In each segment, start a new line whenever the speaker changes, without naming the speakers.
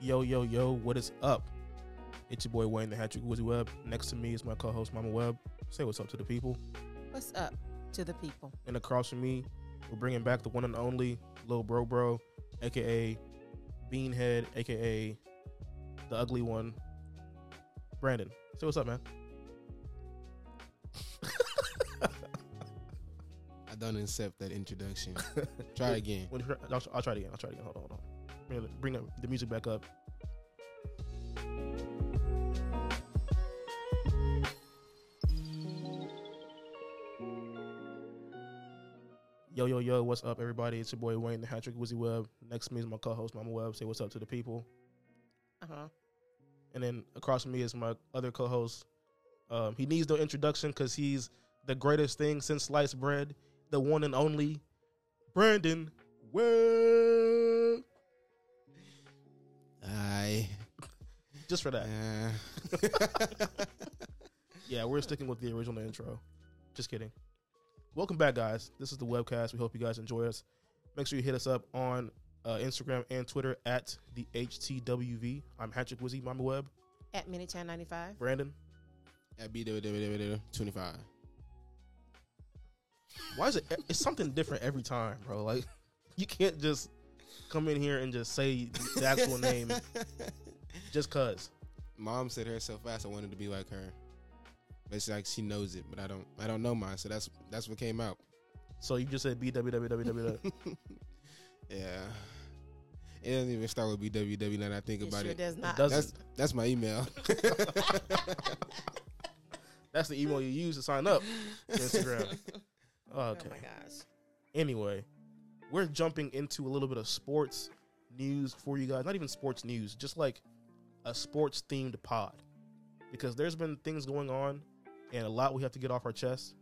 Yo, yo, yo, what is up? It's your boy Wayne the Hattrick Wizzy Webb. Next to me is my co host Mama Webb. Say what's up to the people.
What's up to the people?
And across from me, we're bringing back the one and only Lil Bro Bro, aka Beanhead, aka the ugly one, Brandon. Say what's up, man.
I don't accept that introduction. Try again.
When- I'll, I'll try it again. I'll try it again. Hold on, hold on. Bring the- Bring the- the music back up. Yo, yo, yo, what's up, everybody? It's your boy Wayne, the Hattrick Wizzy Webb. Next to me is my co host, Mama Webb. Say what's up to the people.
Uh huh.
And then across from me is my other co host. Um, he needs no introduction because he's the greatest thing since sliced bread, the one and only Brandon Webb.
I.
Just for that.
Uh,
Yeah, we're sticking with the original intro. Just kidding. Welcome back, guys. This is the webcast. We hope you guys enjoy us. Make sure you hit us up on uh, Instagram and Twitter at the HTWV. I'm Hattrick Wizzy, Mama Web,
At Minichan 95.
Brandon.
at BWWW25.
Why is it? e, It's something different every time, bro. Like you can't just come in here and just say the actual name just cause.
Mom said her so fast. I wanted to be like her. But it's like she knows it, but I don't. I don't know mine. So that's that's what came out.
So you just said BWWW.
Yeah. It doesn't even start with BWW. Now that I think
It
about
sure
it.
does not.
does.
That's that's my email.
That's the email you use to sign up to Instagram. Okay.
Oh my gosh.
anyway, we're jumping into a little bit of sports news for you guys. Not even sports news, just like a sports themed pod. Because there's been things going on and a lot we have to get off our chest.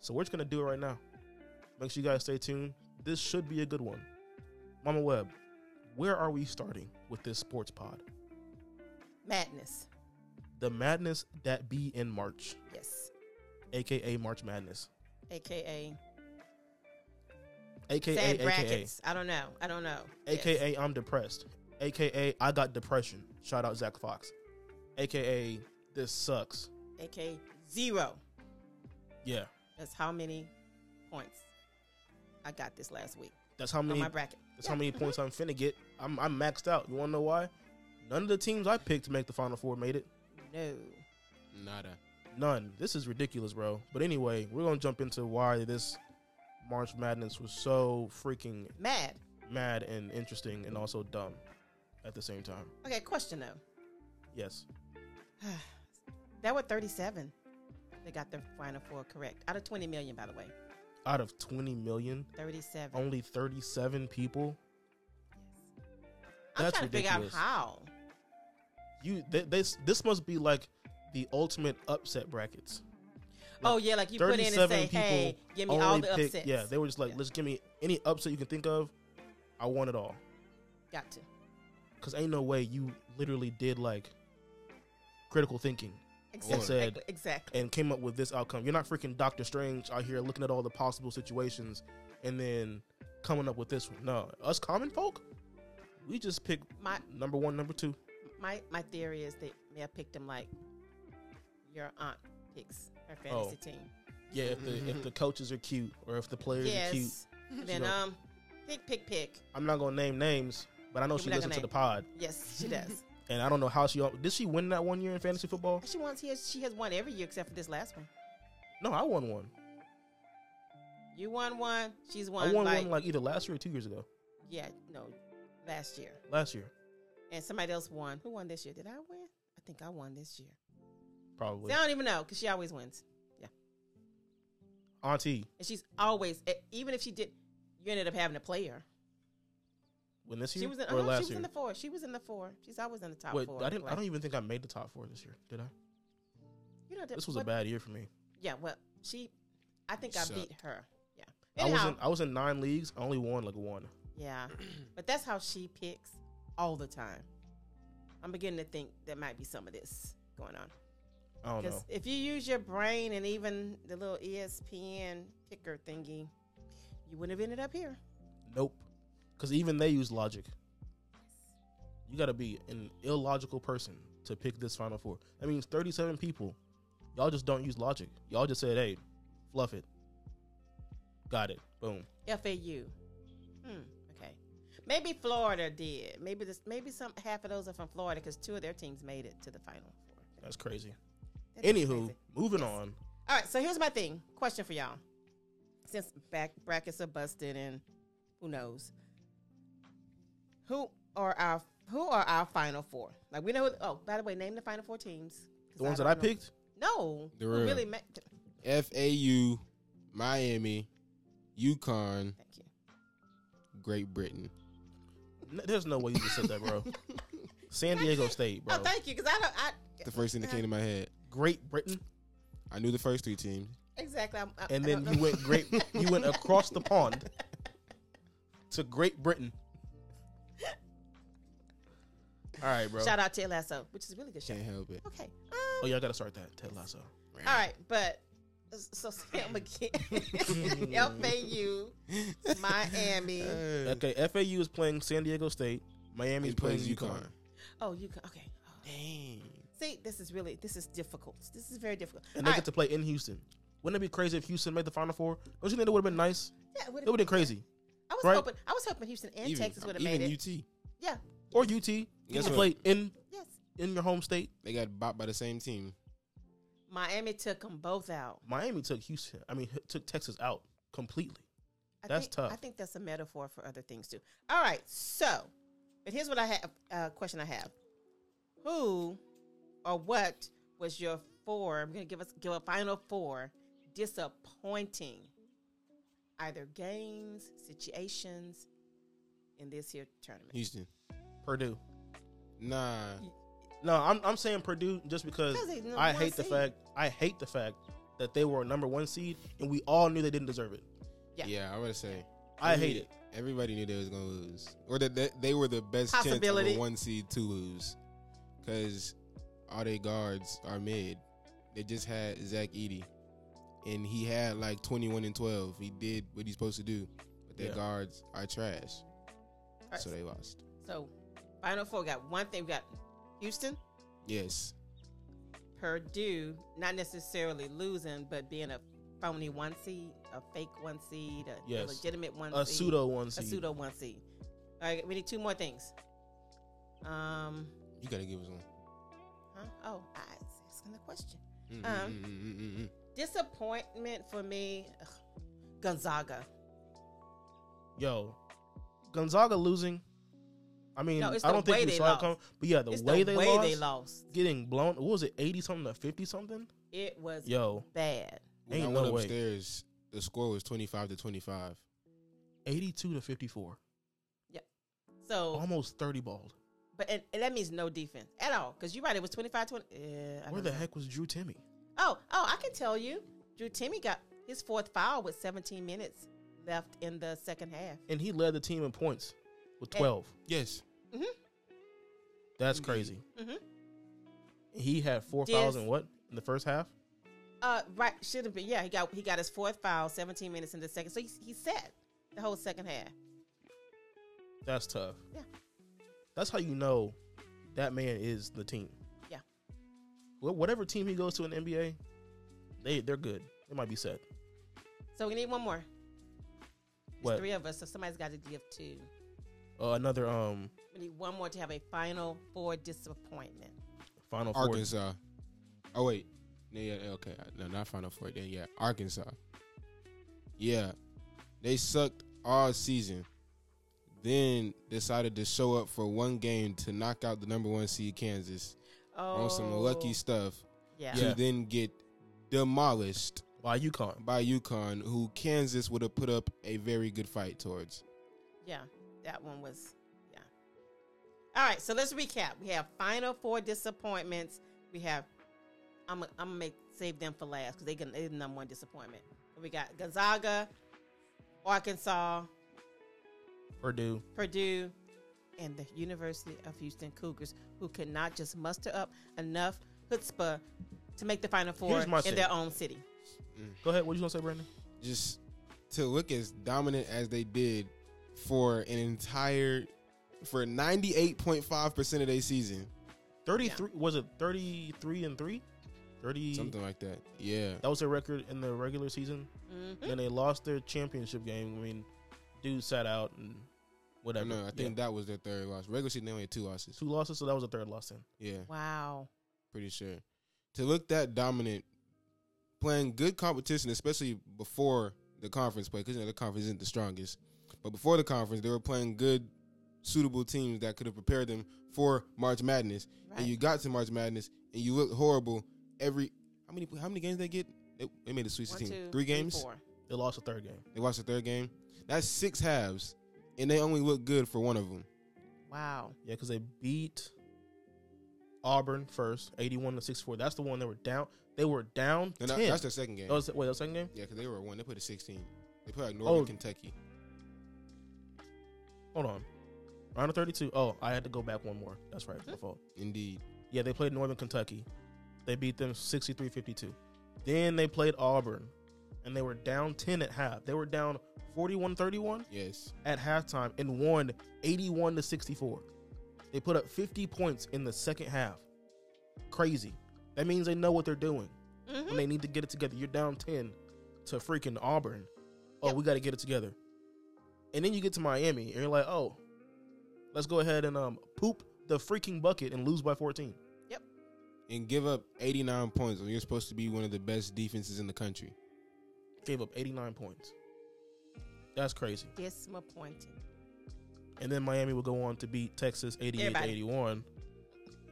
So we're just going to do it right now. Make sure you guys stay tuned. This should be a good one. Mama Webb, where are we starting with this sports pod?
Madness.
The madness that be in March,
Yes.
aka March Madness,
AKA,
aka
sad
aka
brackets. I don't know. I don't know. Yes.
AKA I'm depressed. AKA I got depression. Shout out Zach Fox. AKA this sucks.
AKA zero.
Yeah.
That's how many points I got this last week
That's how
on
many
my
that's
bracket.
how many points I'm finna get. I'm I'm maxed out. You wanna know why? None of the teams I picked to make the final four made it.
No.
Nada.
None. This is ridiculous, bro. But anyway, we're gonna jump into why this March Madness was so freaking
Mad.
mad and interesting and also dumb at the same time.
Okay, question though.
Yes.
That were 37. They got the final four correct. Out of 20 million, by the way.
Out of twenty million,
37.
only thirty seven people
I'm
that's
trying to
ridiculous.
figure out how.
you th- this this must be like the ultimate upset brackets.
Oh yeah, like you put in and
37
say, "Hey, give me all
only
the
picked-
upsets."
Yeah, they were just like,
Yeah.
let's give me any upset you can think of. I want it all
got to.
because ain't no way you literally did like critical thinking
Exactly.
said-
exactly.
and came up with this outcome. You're not freaking Doctor Strange out here looking at all the possible situations and then coming up with this one. No, us common folk, we just pick
My
number one, number two.
my my theory is that may have picked them like your aunt picks her fantasy
Oh.
team.
Yeah, if the if the coaches are cute or if the players are cute.
Mm-hmm. Yes. And then
She know.
um, pick pick pick.
I'm not gonna name names, but I know
We're
she
not
listens to
gonna
the
name.
pod,
Yes, she does.
and I don't know how she did. She win that one year in fantasy football?
she wants. She has, she has won every year except for this last one.
No, I won one.
You won one. She's won.
I won
like,
one like either last year or two years ago.
yeah, no, last year.
Last year,
And somebody else won. Who won this year? Did I win? I think I won this year.
probably.
See, I don't even know because she always wins.
Auntie,
And she's always, e- even if she did, you ended up having to play her.
when this year
She was in,
or
oh, no,
last
she was
year?
in the four. She was in the four. She's always in the top
Wait,
four.
I didn't. I
Like,
don't even think I made the top four this year. Did I?
you know,
This was a
what-
bad year for me.
Yeah, well, she, I think I
Sucked.
beat her. Yeah.
I was
Anyhow,
in I was in nine leagues. I only won like one.
yeah, but that's how she picks all the time. I'm beginning to think there might be some of this going on.
I don't know.
Because if you use your brain and even the little E ESPN picker thingy, you wouldn't have ended up here.
Nope. Because even they use logic. You got to be an illogical person to pick this final four. That means 37 people. Y'all just don't use logic. Y'all just said, hey, fluff it. Got it. Boom.
FAU. Hmm. Okay. Maybe Florida did. Maybe this. Maybe some half of those are from Florida because two of their teams made it to the final four.
That's crazy.
That is
Anywho,
crazy.
moving on.
All right. So here's my thing. Question for y'all. Since back brackets are busted and who knows, who are our who are our final four? Like we know. Oh, by the way, name the final four teams. 'cause
The ones that I
don't know.
picked,
No.
The
who
real.
really. Ma-
FAU, Miami, Yukon,
Thank you. Oh,
Great Britain.
n- there's no way you just said that, bro. San Diego State, bro.
Oh, thank you. Because I don't. I
The first thing that came to my head.
Great Britain.
I knew the first three teams.
exactly. I'm, I,
And
I
then
don't
you
know.
went great. You went across the pond to Great Britain. All right, bro.
Shout out to El Lasso, which is a really good show.
Can't help it.
Okay. Um,
Oh, y'all gotta start that. Ted Lasso.
All right, but so Sam again, FAU, Miami.
Uh,
Okay, FAU is playing San Diego State. Miami's
He
playing
plays
UConn.
UConn.
Oh, you can, okay.
Dang.
See, this is really this is difficult. This is very difficult.
And they
All
get to play in Houston. Wouldn't it be crazy if Houston made the Final Four? Don't you think that would have been nice?
right. Yeah, would've-
It would have been crazy.
I was
right?
hoping I was hoping Houston and
Even,
Texas would have made
even
it.
UT.
yeah.
Or UT. You get
Guess
to
what?
play in
Yes.
in your home state.
They got bopped by the same team.
Miami took them both out.
Miami took Houston. I mean, took Texas out completely.
I
That's
think,
tough.
I think that's a metaphor for other things too. All right, so, but here's what I have a uh, question I have: Who or what was your four? I'm going to give us give a final four disappointing, either games, situations in this here tournament.
Houston.
Purdue.
Nah.
No, I'm, I'm saying Purdue just because
Because they number
I
one
hate the
seed.
fact I hate the fact that they were a number one seed and we all knew they didn't deserve it.
Yeah.
Yeah, I would say.
I hate it.
Everybody knew they was gonna lose, or that they, they were the best chance of
Possibility.
a one seed to lose, because all their guards are mid. They just had Zach Eady, and he had like twenty one and twelve. He did what he's supposed to do, but their
Yeah.
guards are trash,
All right,
so they lost.
so, final four we got one thing. We got Houston,
Yes,
Purdue, not necessarily losing, but being a phony one seed, a fake one seed, a
Yes.
legitimate one
A
seed.
pseudo one
A
seed.
pseudo one seed. All right, we need two more things. Um,
you gotta give us one.
huh? oh, I was asking the question.
Mm,
Um,
mm, mm, mm, mm, mm.
Disappointment for me, ugh, Gonzaga.
Yo, Gonzaga losing. I mean,
No, it's
I
the
don't
way
think we
they
saw it
lost.
come. But yeah, the
it's
way,
the
they,
way
lost,
they lost.
getting blown. What was it, eighty something to fifty something?
It was
Yo,
bad.
When
ain't
I
no
went
way.
upstairs, the score was twenty five to twenty five.
eighty-two to fifty-four,
So,
almost thirty balls.
but and, and that means no defense at all. Because you're right, it was 25 20. Yeah, I
Where
don't
the
know.
heck was Drew Timmy?
Oh, oh, I can tell you. Drew Timmy got his fourth foul with 17 minutes left in the second half.
And he led the team in points with
Hey.
twelve.
Yes,
That's crazy.
Mm-hmm.
He had four
Yes.
fouls in what in the first half?
Uh, right, should have been. Yeah, he got he got his fourth foul, seventeen minutes into the second. So he, he set the whole second half.
That's tough.
Yeah.
That's how you know that man is the team.
Yeah.
Wh- Whatever team he goes to in the NBA, they they're good. They might be set.
So we need one more. There's
What?
three of us, so somebody's got to give two.
Uh, another um
We need one more to have a final four disappointment.
Final Four.
Arkansas. Oh wait, no, yeah, okay, no, not Final Four. Then yeah, Arkansas. Yeah, they sucked all season, then decided to show up for one game to knock out the number one seed Kansas
Oh,
on some lucky stuff
Yeah.
Yeah.
to then get demolished
Why UConn?
by UConn, who Kansas would have put up a very good fight towards.
Yeah, that one was, yeah. All right, so let's recap. We have final four disappointments. We have I'm gonna I'm gonna make save them for last because they gonna they're the number one disappointment. We got Gonzaga, Arkansas,
Purdue.
Purdue, and the University of Houston Cougars, who could not just muster up enough chutzpah to make the Final Four
Here's
in
my take.
their own city.
Go ahead. What you gonna say, Brandon?
Just to look as dominant as they did for an entire for ninety eight point five percent of their season,
Thirty-three was it? Thirty-three and three. Thirty.
something like that. Yeah,
That was their record in the regular season.
Mhm.
Then they lost their championship game. I mean, dude sat out and
I
whatever.
know. I think that was their third loss. Regular season they only had two losses.
two losses, so that was a third loss. Then
Yeah,
Wow.
pretty sure. To look that dominant, playing good competition, especially before the conference play, because you know the conference isn't the strongest. But before the conference, they were playing good, suitable teams that could have prepared them for March Madness.
Right.
And you got to March Madness, and you look horrible every. How many? How many games they get? They, they made a Sweet
One,
Sixteen.
two,
three games.
four.
they lost the third game.
they watched the third game. That's six halves, and they only look good for one of them.
Wow.
Yeah, because they beat Auburn first, eighty-one to sixty-four. That's the one they were down. They were down
And that,
ten. Oh.
that's their second game.
that was, wait, that was the second game.
Yeah, because they were one. They put a 16. They put like Northern
Oh.
Kentucky.
Hold on, round of thirty-two. Oh, I had to go back one more. That's right, my fault.
Indeed.
Yeah, they played Northern Kentucky. They beat them 63-52. Then they played Auburn, and they were down ten at half. They were down 41-31.
Yes.
at halftime and won 81 to 64. They put up 50 points in the second half. Crazy. That means they know what they're doing when
Mhm.
they need to get it together. You're down 10 to freaking Auburn. Oh, we got to get it together. And then you get to Miami and you're like, oh, let's go ahead and um, poop the freaking bucket and lose by 14.
And give up 89 points when you're supposed to be one of the best defenses in the country.
Gave up 89 points. That's crazy.
Disappointing.
And then Miami will go on to beat Texas 88
Everybody.
81.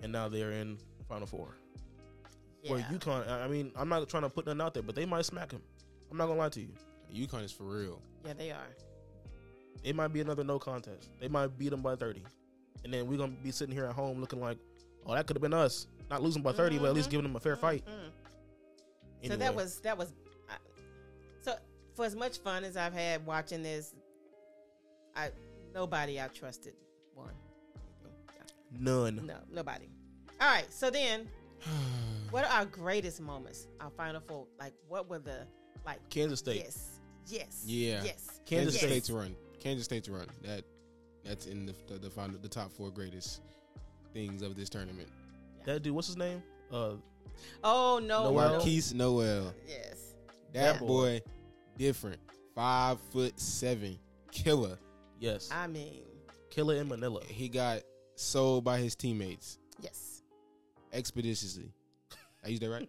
And now they're in Final Four.
Yeah.
Where UConn, I I mean, I'm not trying to put nothing out there, but they might smack him. I'm not gonna lie to you.
UConn is for real.
yeah, they are.
It might be another no contest. They might beat them by 30, and then we're gonna be sitting here at home looking like, oh, that could have been us, not losing by 30, but at least giving them a fair fight.
Mhm.
Anyway,
So that was that was. I, so for as much fun as I've had watching this, I nobody I trusted won.
none.
No, nobody. All right. So then, what are our greatest moments? Our final four. Like, what were the like?
Kansas State.
Yes. Yes.
Yeah.
Yes.
Kansas
Kansas
State.
State's run. Kansas State's run. That that's in the the, the, final, the top four greatest things of this tournament.
That dude, what's his name? Uh,
Oh no.
Noel.
no.
Marquise Noel.
Yes.
That
That boy.
boy, different. Five foot seven, killer.
yes,
I mean,
Killer in Manila.
He got sold by his teammates
yes.
expeditiously. I used that right.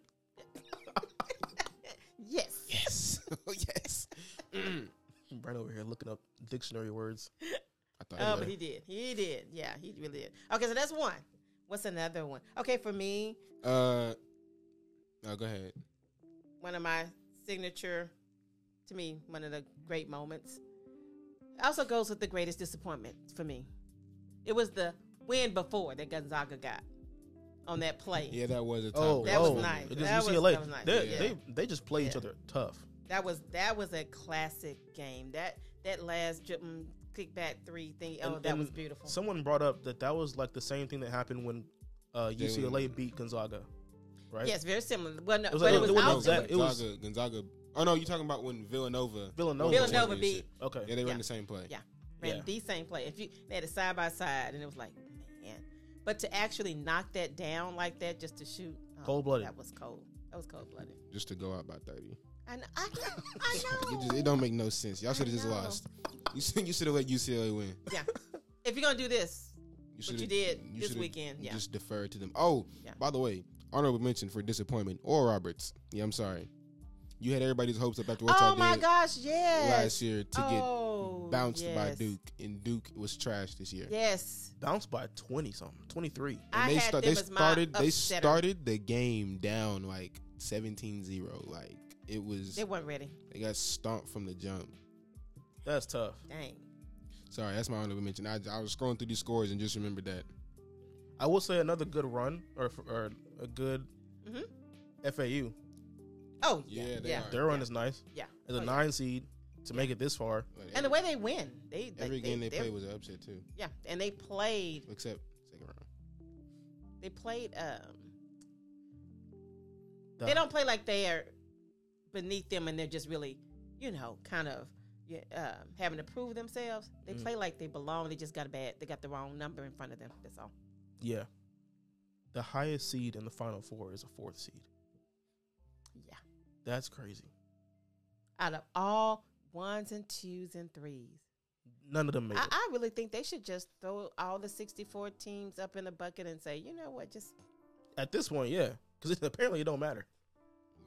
Yes.
Yes. oh yes. Mm.
Right over here looking up dictionary words.
I thought.
Oh,
it
but
was-
he did. He did. Yeah, he really did. Okay, so that's one. What's another one? Okay, for me,
uh, no, go ahead.
one of my signature, to me, one of the great moments. Also goes with the greatest disappointment for me. It was the win before that Gonzaga got on that play.
Yeah, that was a top.
Oh,
That was
oh,
nice.
Against
That was-
UCLA,
that was nice.
They,
Yeah.
they they just play each
Yeah.
other tough.
That was that was a classic game. That that last drip, mm, kick back three thing. Oh,
And-
that
and
was beautiful.
Someone brought up that that was like the same thing that happened when uh,
They
UCLA
were-
beat Gonzaga, right?
Yes, very similar. Well, no,
It was
but
like-
it was
it wasn't
out.
exact- it was-
Gonzaga, Gonzaga. Oh no, you are talking about when Villanova?
Villanova.
won the
Villanova
championship.
Okay.
Yeah, they were
Yeah.
in the same play.
Yeah. ran
Yeah.
the same play. If you they had it side by side, and it was like, man. But to actually knock that down like that, just to shoot, oh,
Cold-blooded.
That was cold. That was cold blooded.
Just to go out by thirty.
I know. I, I
It,
know.
just, it don't make no sense. Y'all should have just
know.
lost. You should, you should have let UCLA win.
yeah. If you're gonna do this, What you
shoulda-
did this
shoulda
weekend, yeah.
Just deferred to them. Oh,
Yeah.
by the way, honorable mention for disappointment. Or Roberts. Yeah, I'm sorry. You had everybody's hopes up after what
oh
y'all
my
did
gosh, yes.
last year to
oh,
get bounced by
yes.
Duke, and Duke was trash this year.
Yes,
Bounced by twenty something, twenty three.
I
And they
had
start,
them
they
as my
started they
upsetter.
started the game down like 17-0. Like it was
they
they,
weren't ready.
got stomped from the jump.
That's tough.
Dang.
Sorry, that's my honorable mention. I, I was scrolling through these scores and just remembered that.
I will say another good run or or a good
Mhm.
FAU.
Oh
Yeah,
yeah, yeah.
they are.
Their run is nice.
Yeah.
As a
Oh, yeah.
nine seed to make it this far,
Like,
And the way they win, they like,
every game they,
they're-
played was an upset too,
Yeah, and they played.
except second round.
They played. Um,
the-
they don't play like they are beneath them, and they're just really, you know, kind of yeah, um, having to prove themselves. They
Mm.
play like they belong. They just got a bad. They got the wrong number in front of them. That's all.
Yeah. The highest seed in the final four is a fourth seed.
Yeah.
That's crazy.
Out of all ones and twos and threes,
None of them made
I,
it.
I really think they should just throw all the sixty-four teams up in a bucket and say, you know what, just
At this point, yeah, because apparently it don't matter.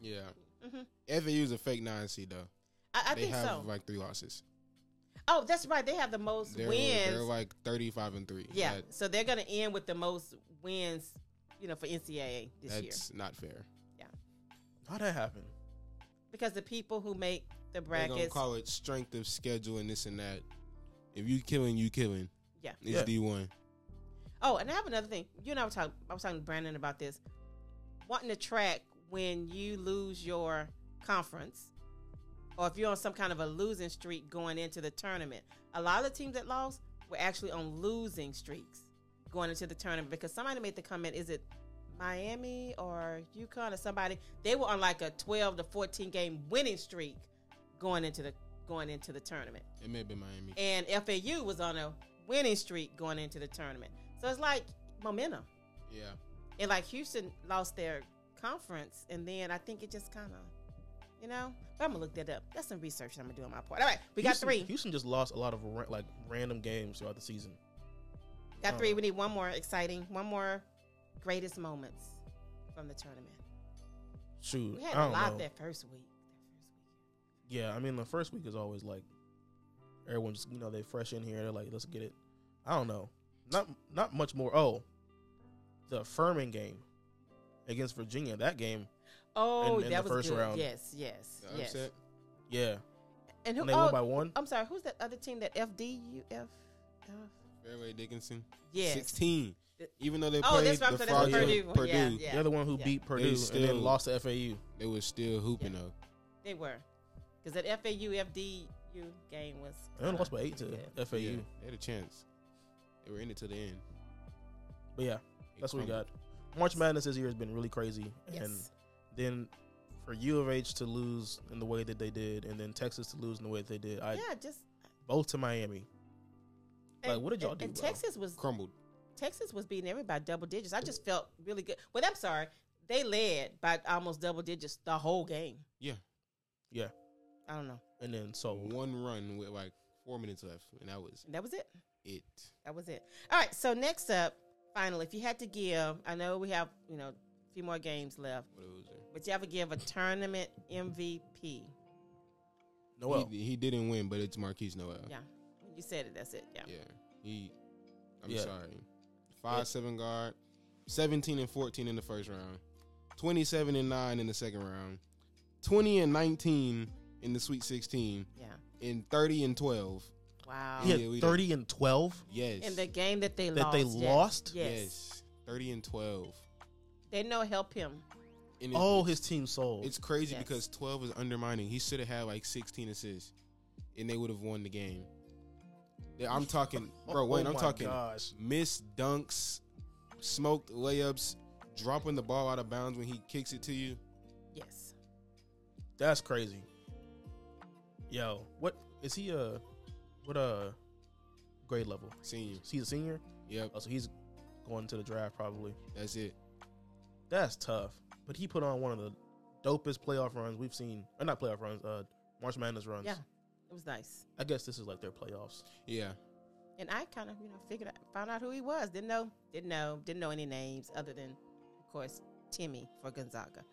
Yeah,
hmm
FAU's a fake nine seed though.
I, I
they
think
have
so.
like three losses.
Oh, that's right. They have the most
They're,
wins.
they're like thirty-five and three.
Yeah,
That-
so they're gonna end with the most wins, you know, for NCAA this year
that's not fair.
How'd that happen?
because the people who make the
They're gonna
brackets,
call it strength of schedule and this and that. If you killing, you killing.
Yeah.
it's
Yeah.
D one.
Oh, and I have another thing. You and I were talking. I was talking to Brandon about this. Wanting to track when you lose your conference, or if you're on some kind of a losing streak going into the tournament. A lot of the teams that lost were actually on losing streaks going into the tournament because somebody made the comment: Is it Miami or UConn or somebody? They were on like a 12 to 14 game winning streak going into the going into the tournament
It may have been Miami.
and FAU was on a winning streak going into the tournament. So it's like momentum.
Yeah,
And like Houston lost their conference, and then I think it just kind of, you know. But I'm gonna look that up. That's some research that I'm gonna do on my part. All right, we
Houston-
got three.
Houston just lost a lot of ra- like random games throughout the season.
Got
Oh.
three. We need one more exciting, one more greatest moments from the tournament.
Shoot,
We had
I
a
don't
lot
know.
that first week.
Yeah, I mean the first week is always like everyone's you know they fresh in here. They're like, let's get it. I don't know, not not much more. Oh, the Furman game against Virginia. That game,
Oh,
In- in the
that was
first
good.
round.
Yes, yes,
the
yes.
upset.
yeah,
And who?
when they
oh,
won by one.
I'm sorry. Who's that other team? That FDUF. F-
Fairway Dickinson.
Yes.
sixteen. Even though they
Oh,
played
that's right.
the
So that's
Friday,
the Purdue
Purdue,
one. Yeah, yeah.
They're the one who
yeah.
beat Purdue and
still-
then lost to FAU.
they was still hooping
Yeah.
though.
They were. Because that FAU FDU game was.
They only lost by eight to
Yeah.
FAU.
Yeah, they had a chance. They were in it to the end.
But yeah,
They
that's what we got.
crumbled.
March Madness this year has been really crazy, and
Yes.
then for U of H to lose in the way that they did, and then Texas to lose in the way that they did, I
yeah, just.
both to Miami. Like,
and-
what did y'all
and-
do,
And
bro?
Texas was
Crumbled.
Texas was beating everybody double digits. I just felt really good. Well, I'm sorry, they led by almost double digits the whole game.
Yeah.
Yeah,
I don't know.
and then so
One run with like four minutes left, and that was
That was it.
it.
That was it. All right. So next up, finally, if you had to give, I know we have you know a few more games left,
What a loser.
but you have to give a tournament MVP.
Noel,
He, he didn't win, but it's Marquise Noel.
Yeah, you said it. That's it. Yeah.
Yeah. He I'm
Yeah.
sorry. Five seven guard, seventeen and fourteen in the first round, twenty seven and nine in the second round, twenty and nineteen in the sweet sixteen,
Yeah.
and thirty and twelve.
Wow.
he
Yeah, we
had
did.
thirty and twelve.
Yes.
In the game that they
That
lost.
they
yes.
lost?
Yes.
Yes. Thirty and twelve.
They know help him.
And it-
Oh, his team sold.
It's crazy
Yes.
because 12 is undermining. He should have had like 16 assists, and they would have won the game. Yeah, I'm talking, bro.
Oh
Wayne, I'm
my
talking
Gosh,
missed dunks, smoked layups, dropping the ball out of bounds when he kicks it to you.
Yes.
that's crazy. Yo, what is he? Uh, what uh, grade level?
Senior.
Is he a senior?
Yep,
Oh, so he's going to the draft probably.
that's it.
That's tough. But he put on one of the dopest playoff runs we've seen. Or not playoff runs, uh March Madness runs.
Yeah. It was nice.
I guess this is like their playoffs.
Yeah,
And I kind of, you know, figured out, found out who he was. Didn't know, didn't know, didn't know any names other than, of course, Timmy for Gonzaga.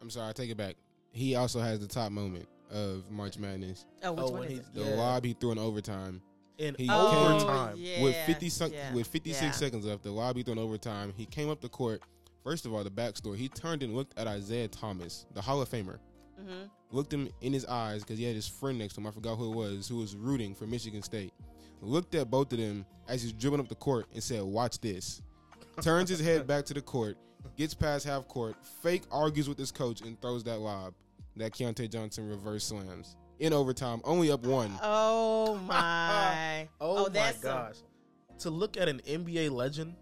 I'm sorry. I take it back. He also has the top moment of March Madness.
Oh, which
Oh,
one
when
is
he-
it?
The
Yeah.
lob he threw in overtime
In
He
Oh,
overtime.
yeah,
with 50 sec-
yeah,
with 56
yeah.
seconds left. The lob he threw in overtime. He came up the court. First of all, the backstory. He turned and looked at Isaiah Thomas, the Hall of Famer.
Mhm.
looked him in his eyes because he had his friend next to him. I forgot who it was, who was rooting for Michigan State. Looked at both of them as he's dribbling up the court and said, "Watch this." Turns his head back to the court gets past half court, fake argues with his coach, and throws that lob that Keontae Johnson reverse slams in overtime, only up one.
Oh my!
Oh, my
that's
gosh. To look at an NBA legend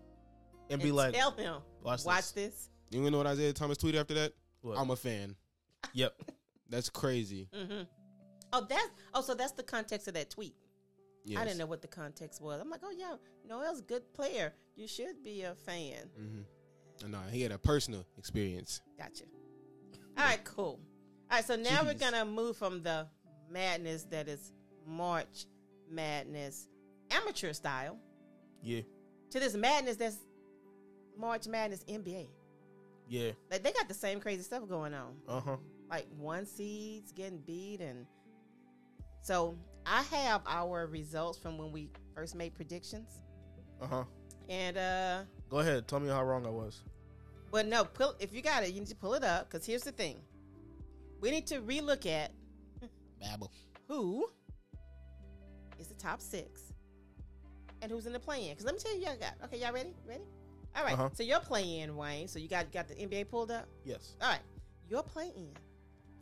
and
And
be like,
tell him,
watch this.
watch this.
You know what Isaiah Thomas tweeted after that?
What?
I'm a fan.
yep.
That's crazy.
hmm Oh, that's oh, so that's the context of that tweet.
Yes.
I didn't know what the context was. I'm like, oh yeah, Noel's a good player. You should be a fan.
Mm-hmm. No, he had a personal experience.
Gotcha. All right, cool. All right, so now we're
Jeez.
gonna move from the madness that is March Madness, amateur style,
Yeah.
to this madness that's March Madness NBA.
Yeah.
Like they got the same crazy stuff going on.
Uh huh.
Like one seeds getting beat, and so I have our results from when we first made predictions,
Uh huh.
and uh
Go ahead. Tell me how wrong I was.
But no, pull, if you got it, you need to pull it up. Because here's the thing: we need to relook at
Babble.
who is the top six and who's in the play-in. Because let me tell you, y'all got. Okay, y'all ready? Ready? All right,
Uh-huh.
So you're playing, Wayne. So you got got the NBA pulled up.
Yes.
All right. Your play-in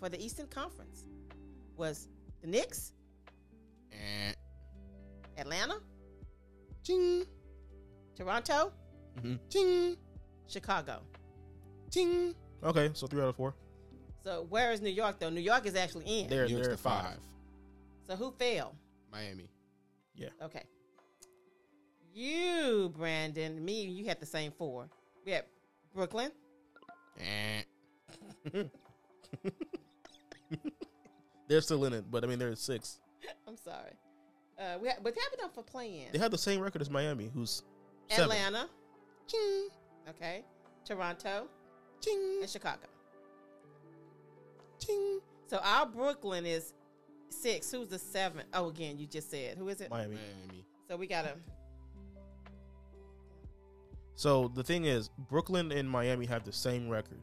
for the Eastern Conference was the Knicks,
Eh.
Atlanta,
Ching,
Toronto,
ching,
Chicago.
ching.
Okay. So three out of four.
So where is New York though? New York is actually in.
They're,
New York's
they're
the
at five.
five.
So who fell?
Miami.
Okay. You, Brandon, me, you had the same four. We had Brooklyn,
Eh.
They're still in it, but I mean, they're at six.
I'm sorry. Uh, we had, but that was for playing.
They have the same record as Miami, who's seven.
Atlanta,
Ching,
okay, Toronto,
ching,
and Chicago.
ching.
So our Brooklyn is six. Who's the seventh? Oh, again, you just said who is it?
Miami.
Miami.
So we got a
So the thing is, Brooklyn and Miami have the same record.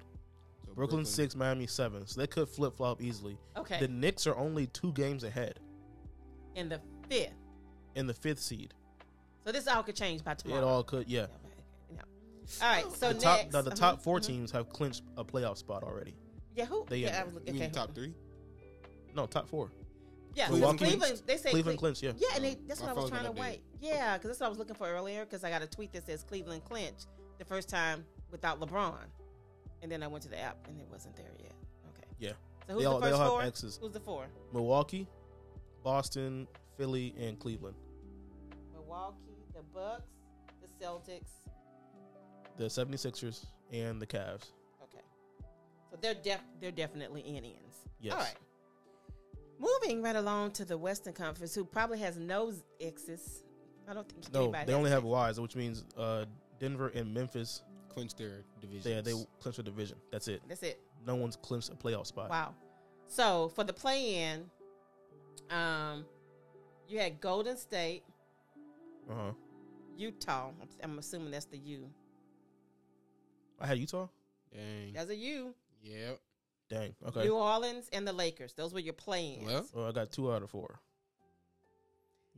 So
Brooklyn, six, Miami seven. So they could flip flop easily.
okay
The Knicks are only two games ahead
in the fifth.
in the fifth seed.
So this all could change by
It
tomorrow.
all could, yeah.
Okay, no. All right. So
the top,
next,
now the top
Mhm,
4
mhm.
teams have clinched a playoff spot already.
Yeah, who?
they in
yeah, I
there.
was looking.
You
Okay,
mean
who-
top three?
No, top four.
Yeah,
Milwaukee.
Cleveland. They say
Cleveland
Cle-
clinched, yeah.
Yeah, and they,
Um,
that's
my
what I was
phone's
trying to
not
wait. Yeah, because that's what I was looking for earlier. Because I got a tweet that says Cleveland clinched the first time without LeBron, and then I went to the app and it wasn't there yet. Okay.
Yeah.
So who's
They all-
the
they
first
all have
four?
X's.
Who's the four?
Milwaukee, Boston, Philly, and Cleveland.
Milwaukee, the Bucks, the Celtics.
The 76ers and the Cavs.
Okay. So they're def- they're definitely Indians.
Yes.
All right. Moving right along to the Western Conference, who probably has no X's. I don't think
No,
anybody
they
has
only have
X's.
Y's, which means uh, Denver and Memphis.
Clinch their division.
They they clinched a division. That's it.
That's it.
No one's clinched a playoff spot.
Wow. So for the play in, um, you had Golden State,
Uh huh.
Utah. I'm, I'm assuming that's the U.
I had Utah.
Dang.
That's a U.
Yep.
Dang. Mm. Okay.
New Orleans and the Lakers. Those were your play-ins.
Well,
Well, I got two out of four.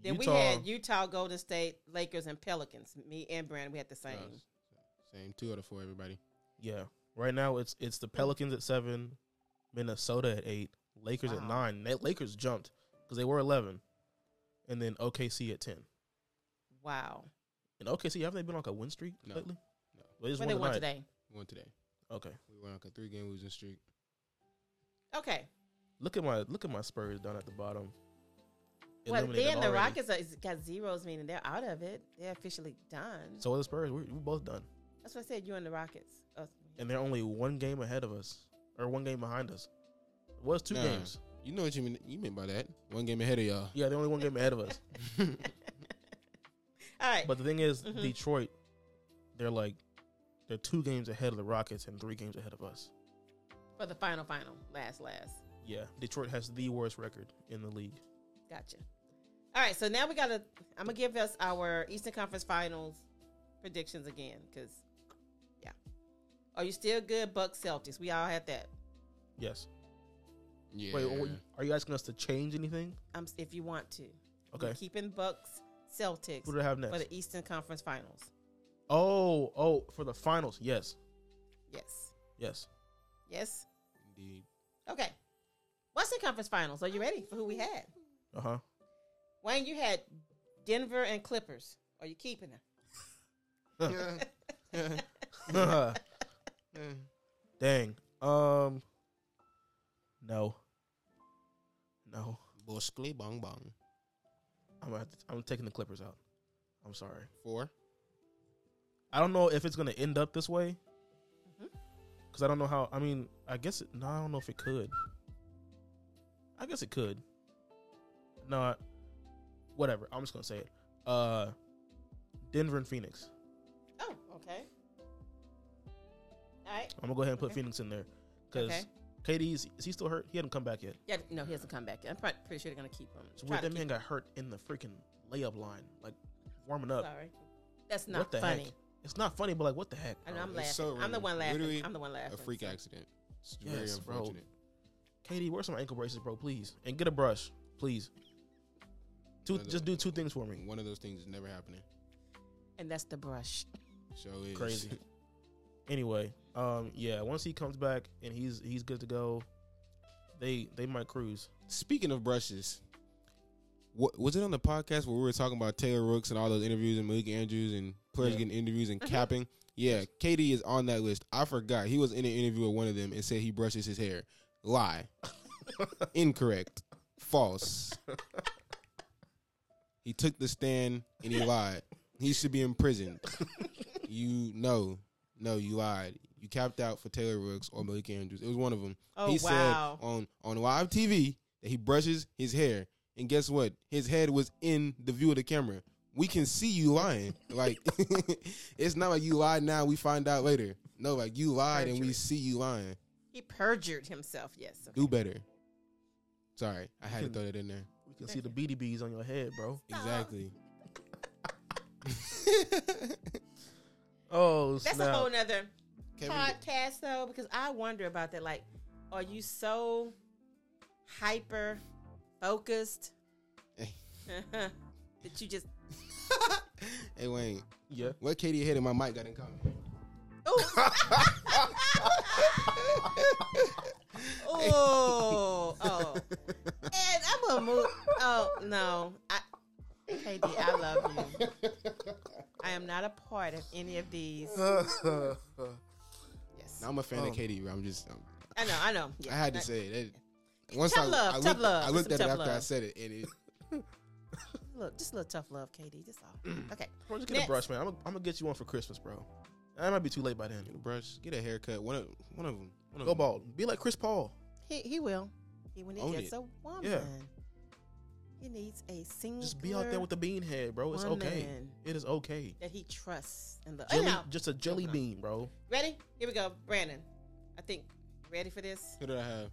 then we had Utah, Golden State, Lakers, and Pelicans. Me and Brandon, we had the same.
uh, same. Two out of four, everybody.
Yeah. Right now it's it's the Pelicans at seven, Minnesota at eight, Lakers at
Wow.
nine. That Lakers jumped because they were eleven, and then OKC at ten.
Wow.
And OKC haven't they been on like a win streak
No.
lately?
No.
They just
But
won
they won
tonight.
today.
We won today.
Okay.
We went on like a three game losing streak.
Okay.
Look at my look at my Spurs down at the bottom.
Well,
Eliminated
then the
already.
Rockets are, is- got zeros, meaning they're out of it. They're officially done.
So are the Spurs, we're, we're both done,
That's what I said. You and the Rockets. Oh,
and they're only one game ahead of us, or one game behind us. It was two
Nah.
games.
You know what you mean? You meant by that? One game ahead of y'all.
Yeah, they're only one game ahead of us.
All right.
But the thing is,
Mhm.
Detroit, they're like they're two games ahead of the Rockets and three games ahead of us.
for the final, final, last, last.
Yeah, Detroit has the worst record in the league.
Gotcha. All right, so now we gotta. I'm gonna give us our Eastern Conference Finals predictions again, because yeah, are you still good, Buck Celtics? We all had that.
Yes.
Yeah.
Wait, what- are you asking us to change anything?
Um, if you want to,
Okay.
We're keeping Bucks Celtics
Who do they have
for
next?
the Eastern Conference Finals.
oh, oh, for the finals. Yes.
Yes.
Yes.
Yes.
Indeed.
Okay. Western Conference Finals. Are you ready for who we had?
Uh huh.
Wayne, you had Denver and Clippers. Are you keeping them?
Uh-huh. Dang. Um. No. No.
Boskly bong bong.
I'm gonna have to, I'm taking the Clippers out. I'm sorry.
Four.
I don't know if it's gonna end up this way.
Mhm.
Cause I don't know how. I mean, I guess it, no. I don't know if it could. I guess it could. No. I- whatever. I'm just gonna say it. Uh, Denver and Phoenix.
Oh, okay. All right.
I'm gonna go ahead and put
Okay.
Phoenix in there. Cause
Okay.
KD's is he still hurt? He hadn't come back yet.
Yeah, no, he hasn't come back yet. I'm prob- pretty sure they're gonna keep him.
So
Try
weird
to
that man got hurt in the freaking layup line, like warming
keep-
up.
Sorry, that's
What
not
the
funny.
heck? It's not funny, but like, what the heck?
I know
bro?
I'm
It's
laughing.
so
I'm the
random.
one laughing.
Literally
I'm the one laughing.
A freak
so.
accident. It's very
Yes, bro.
unfortunate.
KD, wear some ankle braces, bro, please, and get a brush, please. Two,
Another-
just do two things for me.
One of those things is never happening.
And that's the brush.
So is
Crazy. Anyway, um, yeah, once he comes back and he's he's good to go, they they might cruise.
Speaking of brushes, what, was it on the podcast where we were talking about Taylor Rooks and all those interviews and Malik Andrews and players
Yeah.
getting interviews and
Mhm.
capping? Yeah, KD is on that list. I forgot he was in an interview with one of them and said he brushes his hair. Lie, incorrect, false. He took the stand and he lied. He should be imprisoned. You no, no, you lied. You capped out for Taylor Rooks or Malik Andrews. It was one of them
Oh
he
wow!
said on on live TV that he brushes his hair, and guess what? His head was in the view of the camera. We can see you lying. Like it's not like you lied now. We find out later. No, like you lied and we
Perjury.
see you lying.
he perjured himself. Yes.
Do better. Sorry, I had to
Mhm.
throw that in there.
We can see the BDBs on your head, bro.
Exactly.
Oh,
That's
snap.
a whole nother
Kevin,
podcast though, because I wonder about that. Like, are you so hyper focused
Hey.
that you just
hey Wayne,
yeah.
what Katie head and my mic got in common?
oh oh and I'm gonna move. Oh no, I, KD, I love you. I am not a part of any of these. Yes,
Now, I'm a fan
Oh.
of Katie. bro. I'm just I'm
I know, I know.
I
Yeah,
had to
not-
say it. That, once
Tough
I,
love,
I
tough
looked,
love.
I looked
It's
at
some
it
tough
after I
love.
said it, and it,
look, just a little tough love, KD. Just all. Okay,
Bro, just get
Next.
a brush, man. I'm gonna I'm gonna get you one for Christmas, bro. I might be too late by then.
get a brush, get a haircut. One of one of them. One of
Go
them.
bald. Be like Chris Paul.
he he will. He when he
Own
gets
it.
a woman, he needs a single.
Just be out there with the bean head, bro. It's okay.
woman.
It is okay.
that he trusts and the.
Jelly,
Anyhow,
just a jelly
Come on.
bean, bro.
ready? Here we go, Brandon. I think ready for this.
Who did I have?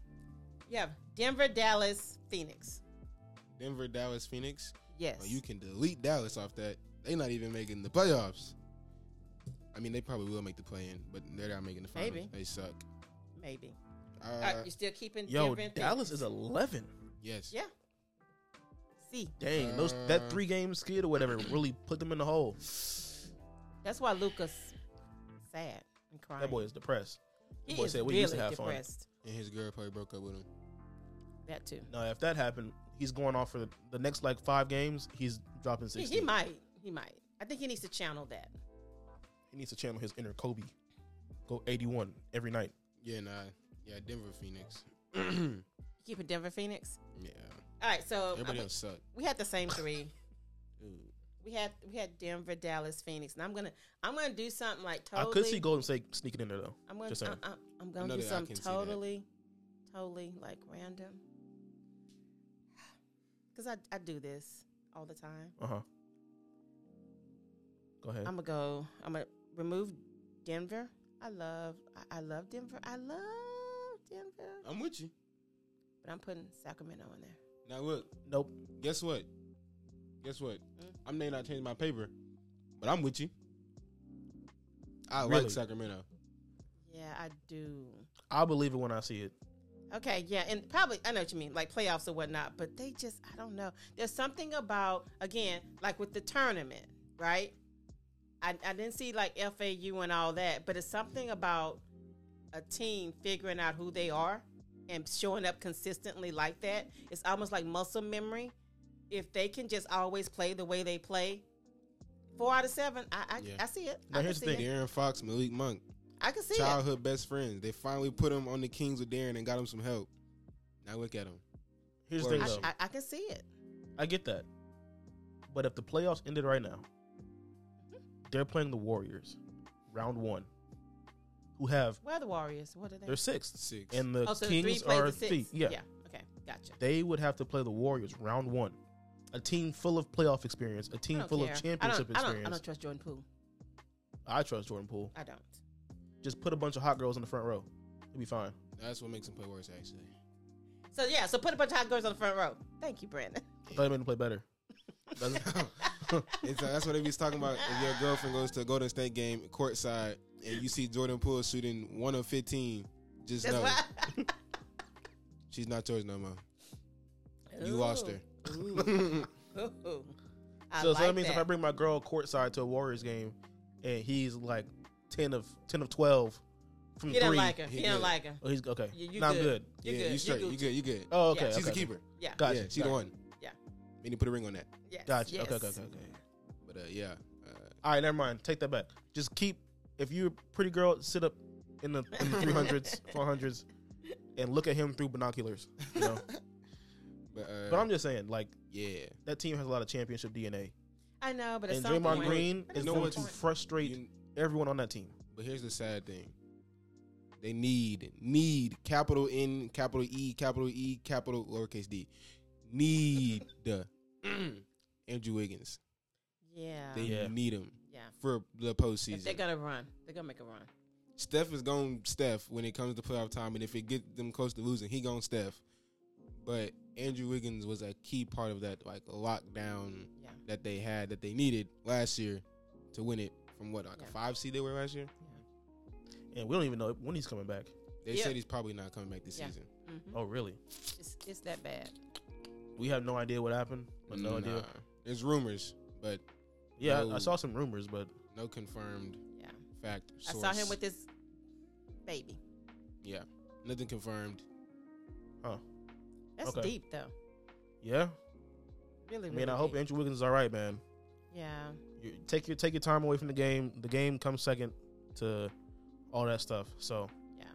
You have Denver, Dallas, Phoenix.
Denver, Dallas, Phoenix.
Yes.
Oh, you can delete Dallas off that. They're not even making the playoffs. I mean, they probably will make the play in, but they're not making the finals.
Maybe.
They suck.
Maybe.
Uh,
All right, you're still keeping
Yo,
Denver and
Dallas
Phoenix.
is eleven.
yes.
Yeah. See,
Dang, those that
Mm.
Uh,
three game skid or whatever really put them in the hole.
that's why Lucas sad and crying.
That boy is depressed.
he
boy
is
said we
really
used to have fun.
depressed.
And his girl probably broke up with him.
That too.
Now, if that happened, he's going off for the, the next like five games. He's dropping
He,
sixty.
he might. He might. I think he needs to channel that.
He needs to channel his inner Kobe. Go eighty one every night.
Yeah, nah. Yeah, Denver, Phoenix.
Keeping Denver, Phoenix.
Yeah.
All right, so
Everybody
I-
else suck.
we had the same three.
Ooh.
We had we had Denver, Dallas, Phoenix, and I'm gonna I'm gonna do something like totally.
I could see Golden State sneaking in there though.
I'm gonna
just saying.
I, I, I'm gonna
know
do
that I
something
can see that.
totally, totally like random. Cause I I do this all the time.
Uh huh. Go ahead.
I'm gonna go. I'm gonna remove Denver. I love I, I love Denver. I love Denver.
I'm with you.
But I'm putting Sacramento in there.
Now look,
nope.
guess what? Guess what?
Mm.
I may not change my paper, but I'm with you. I
Really?
like Sacramento.
Yeah, I do.
I'll believe it when I see it.
Okay, yeah, and probably I know what you mean, like playoffs or whatnot. But they just I don't know. There's something about again, like with the tournament, right? I, I didn't see like FAU and all that, but it's something about a team figuring out who they are and showing up consistently like that, it's almost like muscle memory. If they can just always play the way they play, four out of seven, I I,
Yeah.
I see it.
Now,
I
here's
can
the
see
thing.
It.
Darren Fox, Malik Monk,
I can see it.
childhood best friends. They finally put him on the Kings with Darren and got him some help. Now look at him.
Here's the thing,
I,
though.
I, I can see it.
I get that. But if the playoffs ended right now, they're playing the Warriors, round one, who have
Where are the Warriors? What are they?
their sixth,
Six.
and the
oh, so the three
Kings
plays
are
the six.
fifth. Yeah.
yeah. Okay, gotcha.
they would have to play the Warriors round one, a team full of playoff experience, a
I
team
don't
full
care.
of
I don't,
championship
I don't,
experience.
I don't trust Jordan Poole.
I trust Jordan Poole.
I don't.
Just put a bunch of hot girls in the front row, it'll be fine.
That's what makes him play worse, actually.
So yeah, so put a bunch of hot girls on the front row. Thank you, Brandon.
Let them in to play better. Doesn't-
It's, uh, that's what they be talking about. If your girlfriend goes to a Golden State game courtside and you see Jordan Poole shooting one of fifteen, just
That's
know
why.
she's not yours no more. You lost her.
Ooh. Ooh. I
so,
like
so that means
that.
if I bring my girl courtside to a Warriors game, and he's like ten of ten of twelve from
he
three,
don't like her. He,
he
don't
good.
like her.
oh, he's okay.
You, you
Nah,
good.
I'm good.
You're
yeah,
good.
you straight.
You're
You good. You good.
Oh, okay.
Yeah.
She's
okay.
the keeper.
Yeah.
Gotcha.
Yeah, she the
gotcha.
one.
Yeah.
And he put a ring on that.
Yes.
Gotcha.
Yes.
Okay, okay, okay, okay.
But uh, yeah, uh,
All right, never mind. Take that back. Just keep. If you're a pretty girl, sit up in the in the 300s, 400s, and look at him through binoculars. You know.
but uh,
but I'm just saying, like
yeah.
that team has a lot of championship DNA,
I know, but at
and
some
Draymond
point,
Green
But at
is
some
going to
point-
frustrate
You-
everyone on that team.
but here's the sad thing. They need need capital N capital E capital E capital lowercase d need Andrew Wiggins.
Yeah.
They
Yeah.
need him
yeah.
for the
If they're
postseason.
gonna run, they're gonna make a run.
Steph is going Steph when it comes to playoff time, and if it get them close to losing, he going Steph. But Andrew Wiggins was a key part of that like lockdown
Yeah.
that they had that they needed last year to win it from what like
Yeah.
a five seed they were last year.
And we don't even know when he's coming back.
They
Yeah.
said he's probably not coming back this
Yeah.
season.
hmm
Oh, really?
It's, it's that bad.
We have no idea what happened. But no idea.
Nah. There's rumors, but
Yeah, I- I
No.
saw some rumors, but
no confirmed
Yeah.
fact.
I
Source.
saw him with this baby.
yeah, nothing confirmed.
That's
Okay.
deep though.
yeah.
Really,
I
really
mean, I hope
deep.
Andrew Wiggins is all right, man.
Yeah.
You take your take your time away from the game. The game comes second to all that stuff. So
Yeah.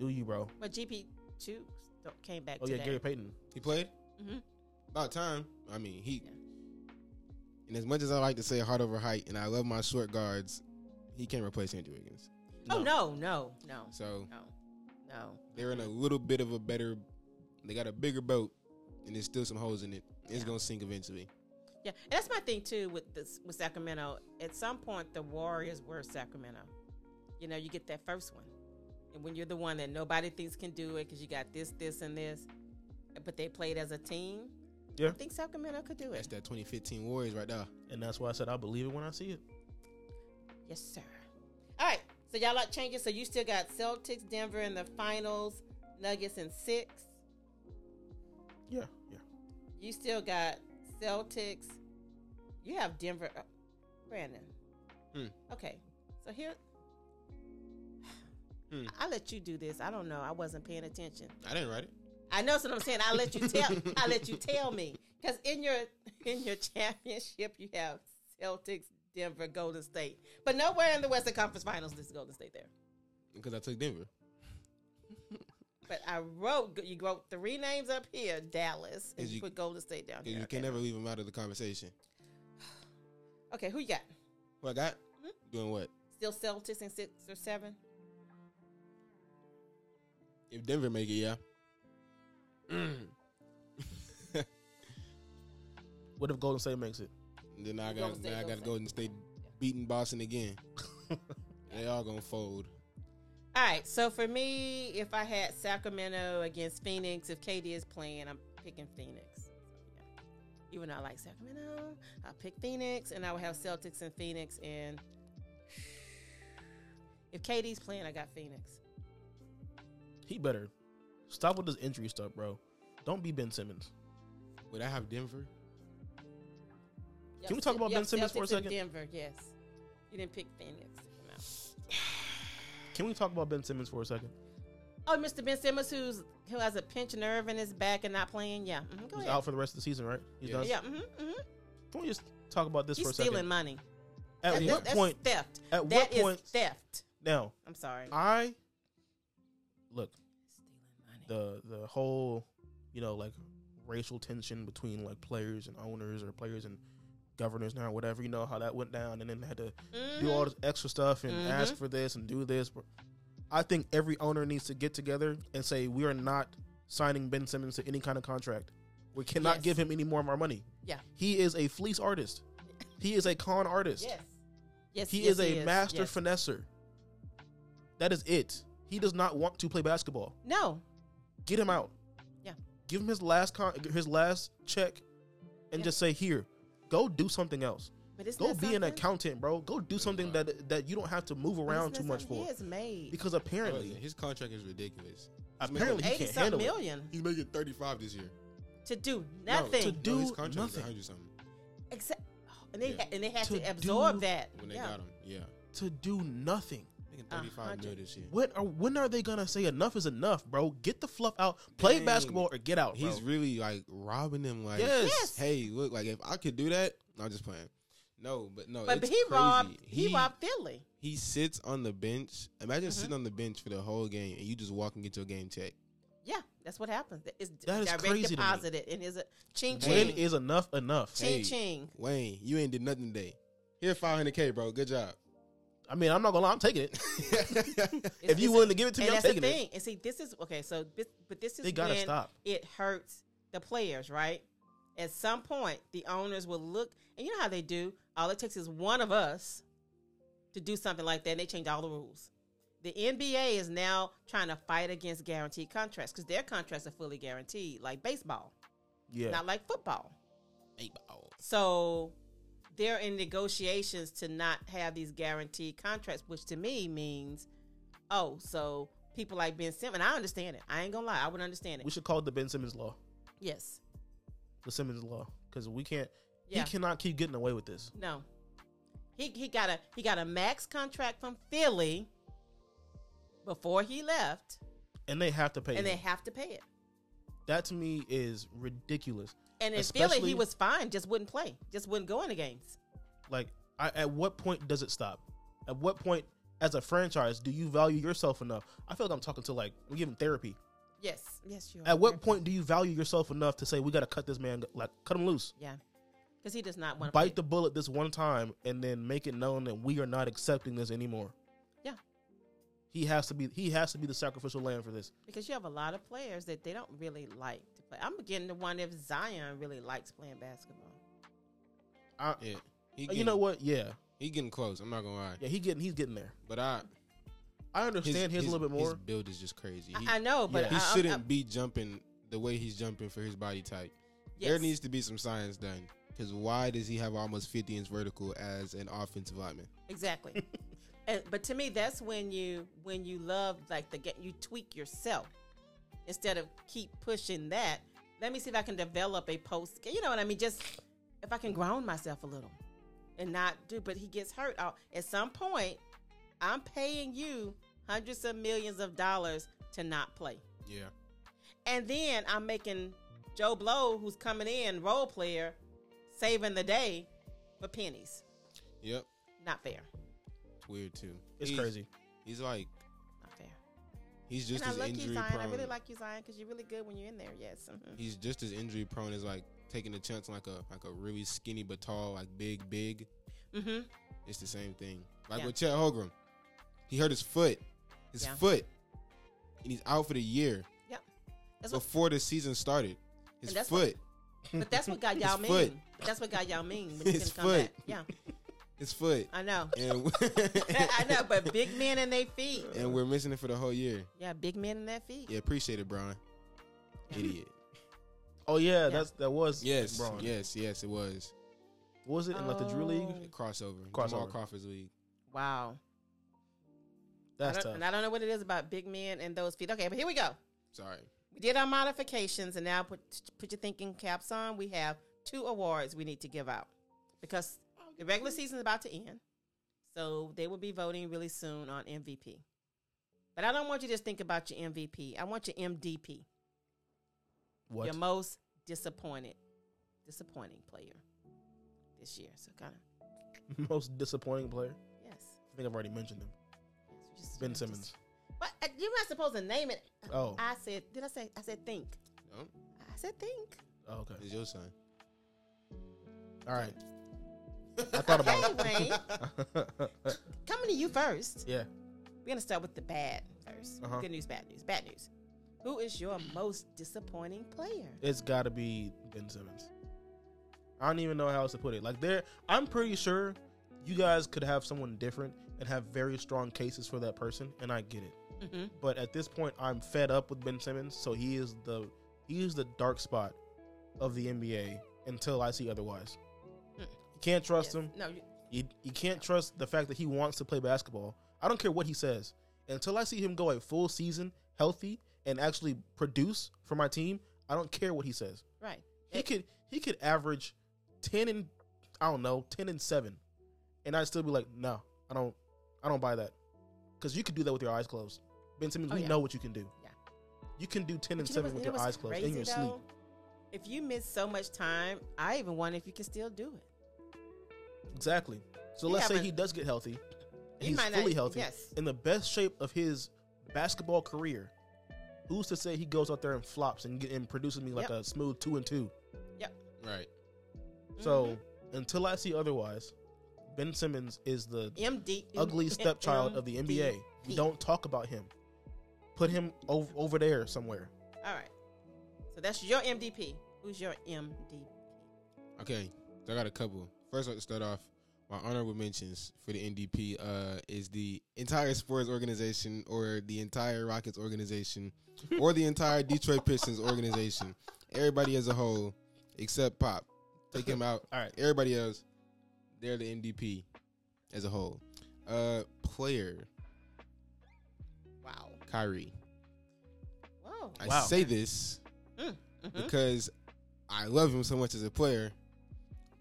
do you, bro?
But GP two came back
Oh
today.
yeah, Gary Payton.
He played
Mhm.
about time. I mean, he.
Yeah.
And as much as I like to say heart over height, and I love my short guards, he can't replace Andrew Wiggins.
Oh no, no, no,
So
no, no.
they're in a little bit of a better. They got a bigger boat, and there's still some holes in it. It's
Yeah.
gonna sink eventually.
Yeah, and that's my thing too with this with Sacramento. At some point, the Warriors were Sacramento. You know, you get that first one, and when you're the one that nobody thinks can do it because you got this, this, and this, but they played as a team.
Yeah.
I think Sacramento could do
That's
it.
that 2015 Warriors right there.
And that's why I said I believe it when I see it.
Yes, sir. All right, so y'all like changes. So you still got Celtics, Denver in the finals, Nuggets in six.
Yeah, yeah.
You still got Celtics. You have Denver. uh, Brandon.
Hmm.
Okay. So here.
Hmm.
I I'll let you do this. I don't know. I wasn't paying attention.
I didn't write it.
I know that's what I'm saying. I let you tell. I let you tell me because in your in your championship you have Celtics, Denver, Golden State, but nowhere in the Western Conference Finals is Golden State there.
because I took Denver.
But I wrote you wrote three names up here: Dallas, and
'Cause
you,
you-
put Golden State down
Because
here.
you
okay.
can never leave him out of the conversation.
okay, who you got?
What I got?
Mm-hmm.
Doing what?
Still Celtics in six or seven?
If Denver make it, yeah.
What if Golden State makes it?
Then I
Golden
got
State,
then I got
Golden
to go and stay beating Boston again. they all gonna fold.
All right, so for me, if I had Sacramento against Phoenix, if KD is playing, I'm picking Phoenix. Yeah. Even though I like Sacramento, I'll pick Phoenix, and I will have Celtics and Phoenix. And if KD's playing, I got Phoenix.
He better stop with this injury stuff, bro. Don't be Ben Simmons.
Would I have Denver?
Can we talk about Ben Simmons for a
Celtics and
second?
Denver, yes. You didn't pick Phoenix. to come out.
Can we talk about Ben Simmons for a second?
Oh, Mr. Ben Simmons, who's who has a pinched nerve in his back and not playing. Yeah, mhm, go
He's
ahead.
out for the rest of the season, right? He's
Yeah.
done.
Yeah, hmm hmm
Can we just talk about this
he's
for a
stealing
second?
money.
At
That-
what
that's
point?
theft?
At
That
what
is
point?
theft.
Now,
I'm sorry.
I look
Stealing money.
the the whole, you know, like racial tension between like players and owners or players and governors now, whatever. You know how that went down, and then had to
Mm-hmm.
do all this extra stuff and
Mhm.
ask for this and do this. But I think every owner needs to get together and say we are not signing Ben Simmons to any kind of contract. We cannot
Yes.
give him any more of our money.
Yeah.
he is a fleece artist. He is a con artist.
Yes. Yes.
He
yes,
is a master
Yes.
finesser. That is it. He does not want to play basketball.
no.
Get him out.
Yeah.
Give him his last con- his last check, and
Yeah.
just say here, go do something else.
But it's
Go be an accountant, bro. Go do something
not.
that that you don't have to move around too much for.
He is made
Because apparently,
His contract is ridiculous.
apparently he
eighty
can't handle
something
it.
million
He's making thirty five this year.
to do
No,
nothing.
to
no, his
Do
contract
nothing.
is hundred something
Except, and they
Yeah.
and they had
To
to, absorb
do-
that.
when they
yeah.
got him. Yeah,
To do nothing.
making
A
thirty five mil
hundred.
this year.
When are when are they gonna say enough is enough, bro? Get the fluff out. Play
Dang.
basketball or get out. Bro.
He's really like robbing them. Like,
Yes.
Yes.
hey, look, like if I could do that, I'm just playing. No, but no,
But
it's
he robbed.
crazy.
He, robbed Mm-hmm. Philly.
He sits on the bench. Imagine sitting on the bench for the whole game, and you just walk and get your game check.
Yeah, that's what happened. It's
That is
direct
crazy to me.
deposited and is a ching ching.
when is enough enough?
Ching ching.
Wayne, you ain't did nothing today. Here, five hundred k, bro. Good job.
I mean, I'm not gonna lie, I'm taking it.
It's-
if you
it's-
willing to give it to me,
and
I'm
that's the
taking it.
thing. And see, this is okay. So, this, but this is
They gotta
when
stop.
it hurts the players, right? At some point, the owners will look, and you know how they do. All it takes is one of us to do something like that, and they change all the rules. The NBA is now trying to fight against guaranteed contracts because their contracts are fully guaranteed, like baseball,
Yeah.
not like football.
Eight ball.
So they're in negotiations to not have these guaranteed contracts, which to me means, oh, so people like Ben Simmons, I understand it. I ain't gonna lie, I would understand
we
it.
should call it the Ben Simmons law.
Yes.
The Simmons law. Because we can't
Yeah.
he cannot keep getting away with this.
No. He he got a he got a max contract from Philly before he left,
And they have to pay
and
him.
they have to pay it.
that to me is ridiculous.
And in Philly,
Especially-
he was fine, just wouldn't play, just wouldn't go into games.
Like, I, at what point does it stop? At what point, as a franchise, do you value yourself enough? I feel like I'm talking to like we give him therapy.
Yes, yes, you. Are.
At what point do you value yourself enough to say we got to cut this man, like cut him loose,
Yeah, because he does not want to
bite the bullet this one time, and then make it known that we are not accepting this anymore?
Yeah.
he has to be. He has to be the sacrificial lamb for this.
Because you have a lot of players that they don't really like to play. I'm beginning to wonder if Zion really likes playing basketball.
I,
Yeah, he
you know
what?
what? Yeah,
He getting close. I'm not gonna lie.
yeah. He getting. He's getting there.
But I
I understand his, a little bit
His
more.
build is just crazy. He,
I, I know, but
yeah.
I,
he
I'm-
shouldn't
I'm-
be jumping the way he's jumping for his body type.
yes.
There needs to be some science done. Because why does he have almost 50 inch vertical as an offensive lineman?
exactly. and, but to me, that's when you when you love like the get you tweak yourself instead of keep pushing that. Let me see if I can develop a post. You know what I mean? Just if I can ground myself a little and not do. But he gets hurt Uh, at some point. I'm paying you hundreds of millions of dollars to not play.
Yeah.
And then I'm making Joe Blow, who's coming in, role player, saving the day for pennies.
Yep.
Not fair.
It's weird too.
It's
He's-
crazy.
He's like,
Not fair.
he's just
and I
as
like you,
injury
Zion.
prone.
I really like you, Zion, because you're really good when you're in there. Yes. Mhm.
he's just as injury prone as like taking a chance on like a like a really skinny but tall, like big, big.
Mhm.
It's the same thing. Like
Yeah.
with Chet Holgram, he hurt his foot, his
Yeah.
foot, and he's out for the year
Yep. That's what,
before the season started. His
And that's what-
foot,
but that's what got y'all
His
mean.
foot.
That's what got y'all mean when you
His
can come
foot.
back. Yeah,
his foot,
I know.
and
I know, but big men and their feet.
and we're missing it for the whole year.
Yeah, big men and their feet.
Yeah, appreciate it, Brian. Idiot.
Oh yeah, that's that was
Yes,
Braun.
yes, yes. It was
What was it in like the Drew League?
Oh.
crossover. Jamal
Crossover.
Crawford's league.
Wow. I
That's
don't-
tough.
and I don't know what it is about big men and those feet. Okay, but here we go.
Sorry.
We did our modifications, and now put put your thinking caps on. We have two awards we need to give out because the regular season is about to end, so they will be voting really soon on MVP. But I don't want you to just think about your MVP. I want your MDP,
What?
your most disappointed, disappointing player this year. So kind of
Most disappointing player?
yes.
I think I've already mentioned him.
Yes, you just-
Ben
you just-
Simmons.
But uh, you're not supposed to name it.
Oh.
I said. Did I say? I said think.
No,
I said think.
Oh, okay.
it's your son.
All right. I thought about it.
Anyway, coming to you first.
yeah.
We're gonna start with the bad 1st
Uh-huh.
Good news, bad news, bad news. Who is your most disappointing player?
It's got to be Ben Simmons. I don't even know how else to put it. Like there, I'm pretty sure you guys could have someone different and have very strong cases for that person, and I get it.
Mm-hmm.
But at this point, I'm fed up with Ben Simmons, so he is the he is the dark spot of the NBA until I see otherwise. You
Mm.
can't trust him.
No, you,
You, you can't trust the fact that he wants to play basketball. I don't care what he says. Until I see him go a full season healthy and actually produce for my team, I don't care what he says.
right.
He
It-
could he could average ten and I don't know ten and seven, and I'd still be like, no, I don't, I don't buy that, because you could do that with your eyes closed. Ben Simmons,
Oh,
we
yeah.
know what you can do.
Yeah.
you can do ten and
but you know
seven
what-
with
you know
your eyes
what's
closed in your
crazy,
sleep.
though? If you miss so much time, I even wonder if you can still do it.
Exactly. So
You
let's say
haven't-
he does get healthy, and
You
he's
might not-
fully healthy,
yes.
in the best shape of his basketball career. Who's to say he goes out there and flops and, get, and produces me like
Yep.
a smooth two and two?
Right.
So
Mm-hmm.
until I see otherwise, Ben Simmons is the
MD
ugly stepchild of the NBA.
MVP.
We don't talk about him. Put him over, over there somewhere.
All right. So that's your MDP. Who's your MD?
Okay, so I got a couple. First, I'll start off. My honorable mentions for the NDP uh, is the entire sports organization, or the entire Rockets organization, or the entire Detroit Pistons organization. Everybody as a whole, except Pop. Take him out.
All right.
Everybody else, they're the NDP as a whole. Uh, player
Wow.
Kyrie.
Whoa.
I
Wow.
say this
Mhm.
because I love him so much as a player,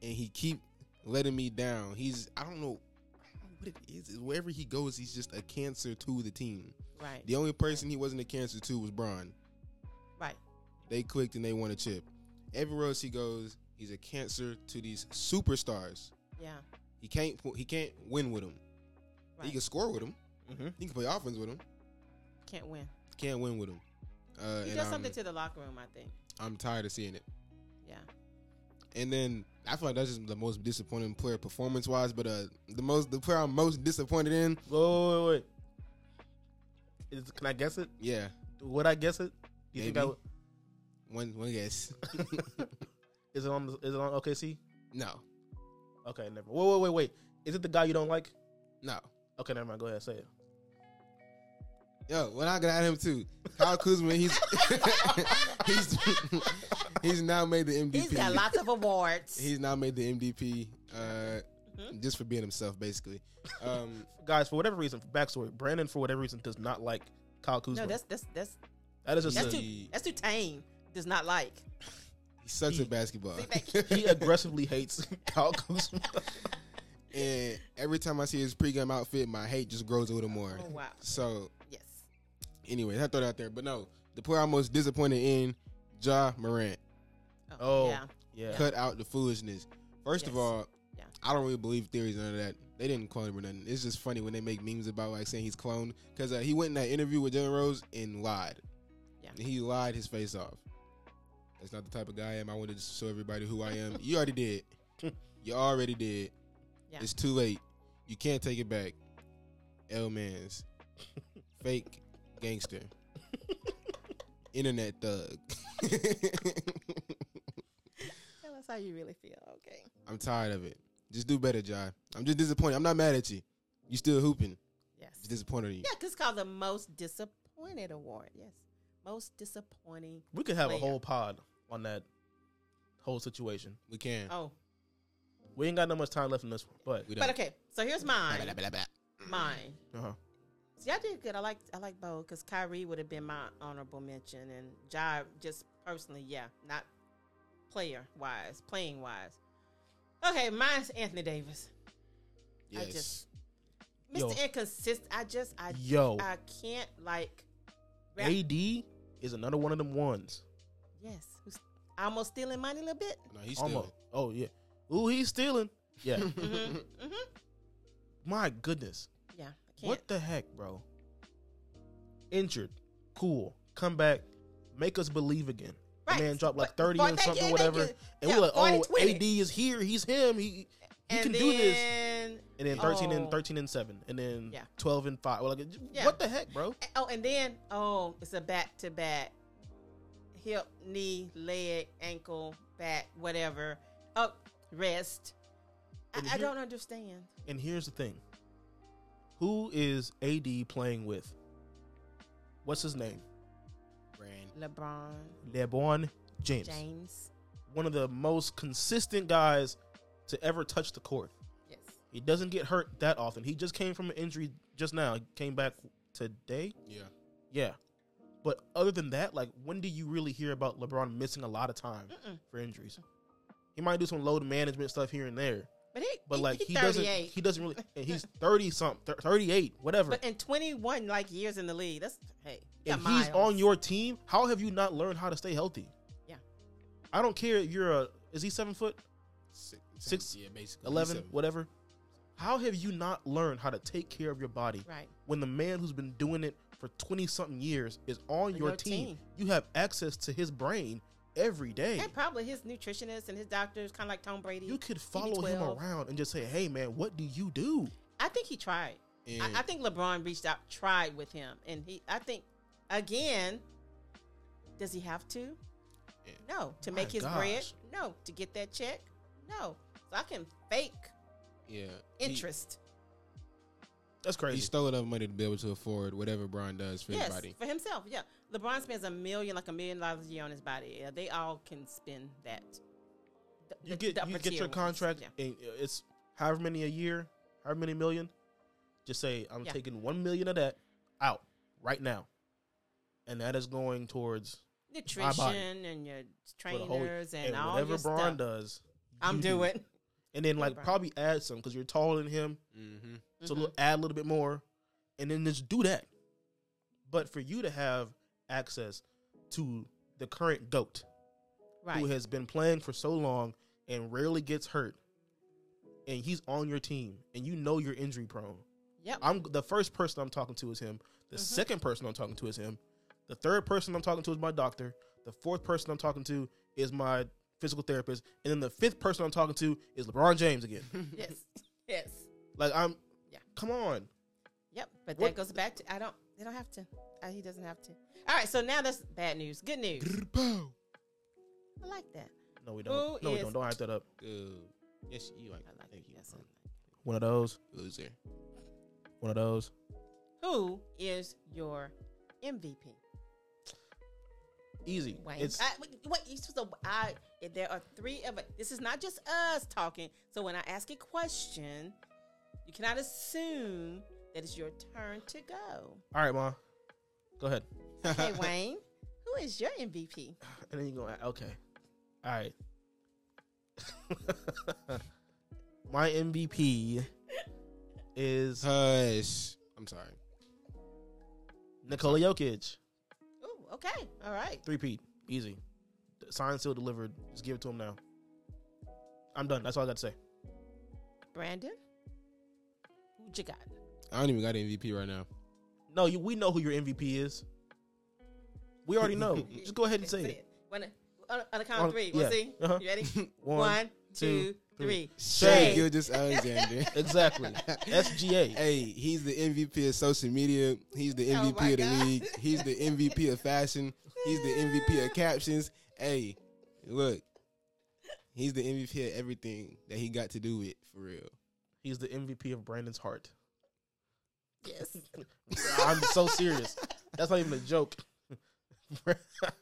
and he keep letting me down. He's I don't know, I don't know what it is. It's Wherever he goes, he's just a cancer to the team.
Right.
The only person he wasn't a cancer to was Braun.
Right.
They clicked and they won a chip. Everywhere else he goes, he's a cancer to these superstars.
Yeah.
He can't he can't win with them. He
Right.
can score with them.
Mm-hmm.
He can play offense with them.
Can't win.
Can't win with them. Uh,
He
and
um,
does
I'm,
something to the locker room, I think.
I'm tired of seeing it.
Yeah.
And then I feel like that's just the most disappointing player performance wise, but uh, the most the player I'm most disappointed in,
Wait, wait, wait. wait. Is, can I guess it?
yeah,
Would I guess it? Do you think I
Maybe.
would?
one one guess.
Is it on? Is it on OKC?
no,
Okay, never. Wait, wait, wait, wait. Is it the guy you don't like?
no.
Okay, never mind. Go ahead, say it.
Yo, when I got at him too, Kyle Kuzma, he's he's he's now made the MVP.
He's got lots of awards.
He's now made the MVP uh, just for being himself, basically. Um,
Guys, for whatever reason, backstory. Brandon, for whatever reason, does not like Kyle Kuzma.
no, that's that's that's
that is just
that's
a-
too
He-
that's too tame. Does not like.
he sucks
He-
at basketball.
See, thank
he aggressively hates Kyle Kuzma.
Oh,
and every time I see his pregame outfit, my hate just grows a little more.
Oh wow.
So
Yes.
anyway, I throw that out there. But no, the player I'm most disappointed in, Ja Morant.
Oh,
Yeah.
yeah.
Cut out the foolishness. First of
Yes.
all,
Yeah.
I don't really believe theories none of that. They didn't clone him or nothing. It's just funny when they make memes about like saying he's cloned because uh, he went in that interview with Jalen Rose and lied.
Yeah.
He lied his face off. That's not the type of guy I am. I wanted to show everybody who I am. you already did. You already did.
Yeah.
It's too late. You can't take it back. L man's fake gangster. Internet thug.
Tell us how you really feel. Okay.
I'm tired of it. Just do better, Jai. I'm just disappointed. I'm not mad at you. You still hooping. Just
Yes.
disappointed in you.
Yeah, 'cause it's called the most disappointed award. Yes. Most disappointing.
We could have a
Player.
whole pod on that whole situation.
We can.
Oh.
We ain't got no much time left in this one, but
We
But
done.
okay. So here's mine. Mine.
uh-huh.
See, I did good. I like I like both because Kyrie would have been my honorable mention, and Ja just personally, yeah, not player wise, playing wise. Okay, mine's Anthony Davis.
Yes.
I just-
Yo.
Mr. Inconsistent. I just I
Yo,
I can't like rap.
AD is another one of them ones.
Yes. Who's almost stealing money a little bit.
No, he's
Almost.
still. Mm-hmm.
Oh yeah. Ooh, he's stealing. Yeah.
hmm hmm
My goodness.
Yeah. I can't.
What the heck, bro? Injured. Cool. Come back. Make us believe again.
Right.
The man dropped like
But
30
before
and
they
something,
get-
whatever.
they get-
and
yeah,
we're like,
40,
oh,
20.
AD is here. He's him. He, he
and
can do this.
then-
And then 13
Oh.
and 13 and 7. And then
Yeah.
12 and 5. Well, like, j-
Yeah.
What the heck, bro?
Oh, and then oh, it's a back to back, hip, knee, leg, ankle, back, whatever, up, wrist. I,
And
I
here-
don't understand.
And here's the thing Who is AD playing with? What's his name?
Brand.
LeBron
LeBron James.
James.
One of the most consistent guys to ever touch the court.
Yes.
He doesn't get hurt that often. He just came from an injury just now. He came back today.
Yeah.
Yeah. But other than that, like when do you really hear about LeBron missing a lot of time
Mm-mm.
for injuries? He might do some load management stuff here and there,
But he,
but
he-
like
he,
he,
38.
doesn't. He doesn't really. And he's thirty something, thirty eight, whatever.
but in 21 like years in the league, that's hey. you
and
got
he's
miles.
on your team. How have you not learned how to stay healthy?
Yeah.
I don't care if you're a. Is he seven foot?
Six.
Six,
Yeah, basically.
Eleven?
He's seven.
Whatever. How have you not learned how to take care of your body
right.
when the man who's been doing it for 20 something years is on
On
your
your
team,
team.
you have access to his brain every day.
And probably his nutritionist and his doctors, kind of like Tom Brady.
You could follow him
12.
around and just say, hey, man, what do you do?
I think he tried.
And
I, I think LeBron reached out, tried with him, and he. I think again, does he have to?
Yeah.
No, to
My
make his bread.
gosh.
No, to get that check. No, so I can fake
yeah. he-
interest.
That's
He,
crazy.
stole enough money to be able to afford whatever Brian does for
yes,
his body.
for himself. Yeah, LeBron spends a million, like a million dollars a year on his body. Yeah, they all can spend that. The-
you
the-
get
the
you get
upper tier
your
ones.
contract,
E, Yeah.
and uh, it's however many a year, however many million. Just say, I'm
Yeah.
taking one million of that out right now. And that is going towards
Nutrition and your
for the whole-
trainers and, all
whatever
your
Braun
stuff.
does.
I'm
you do.
doing.
And then, like,
Bron.
probably add some because you're taller than him.
Mm-hmm.
So li- add a little bit more, and then just do that. But for you to have access to the current goat
right.
who has been playing for so long and rarely gets hurt, and he's on your team, and you know you're injury prone.
Yep.
I'm the first person I'm talking to is him. The
Mhm.
second person I'm talking to is him. The third person I'm talking to is my doctor. The fourth person I'm talking to is my physical therapist, and then the fifth person I'm talking to is LeBron James again.
yes. Yes.
like I'm,
Yeah.
come on.
Yep, but
What-
that goes back to I don't. They don't have to. Uh, he doesn't have to. All right, so now that's bad news. Good news. I like that.
No, we don't.
Who
no, we
is-
don't. Don't hype that up.
Good. Yes, you like.
I like
Thank
that.
you.
That's
bro.
One of those.
Loser.
One of those.
it. Who is your MVP?
Easy.
Wayne.
It's
I, wait, wait, you supposed to- I- if there are three of us. This is not just us talking. So when I ask a question, you cannot assume that it's your turn to go.
all right, ma. Go ahead.
Hey Wayne, who is your MVP?
And then you go. Okay. All right. My MVP is
Hush. I'm sorry.
Nikola Jokic.
Oh, okay, all right.
Three Pete. Easy. Signed, still delivered. Just give it to him now. I'm done. That's all I got to say.
Brandon, who you got?
I don't even got MVP right now.
No, you, we know who your MVP is. We already know. Just go ahead and say it.
When, on, on the count
On-
of three. We'll
yeah.
see.
Uh-huh.
You ready?
One,
One,
two,
two,
three.
three.
Shea.
Shea Gildas Alexander.
Exactly. SGA.
Hey, he's the MVP of social media. He's the
Oh
MVP
my
of the
God.
league. He's the MVP of fashion. He's the MVP of captions. Hey, look, he's the MVP of everything that he got to do with for real.
He's the MVP of Brandon's heart.
Yes.
I'm so serious. That's not even a joke. the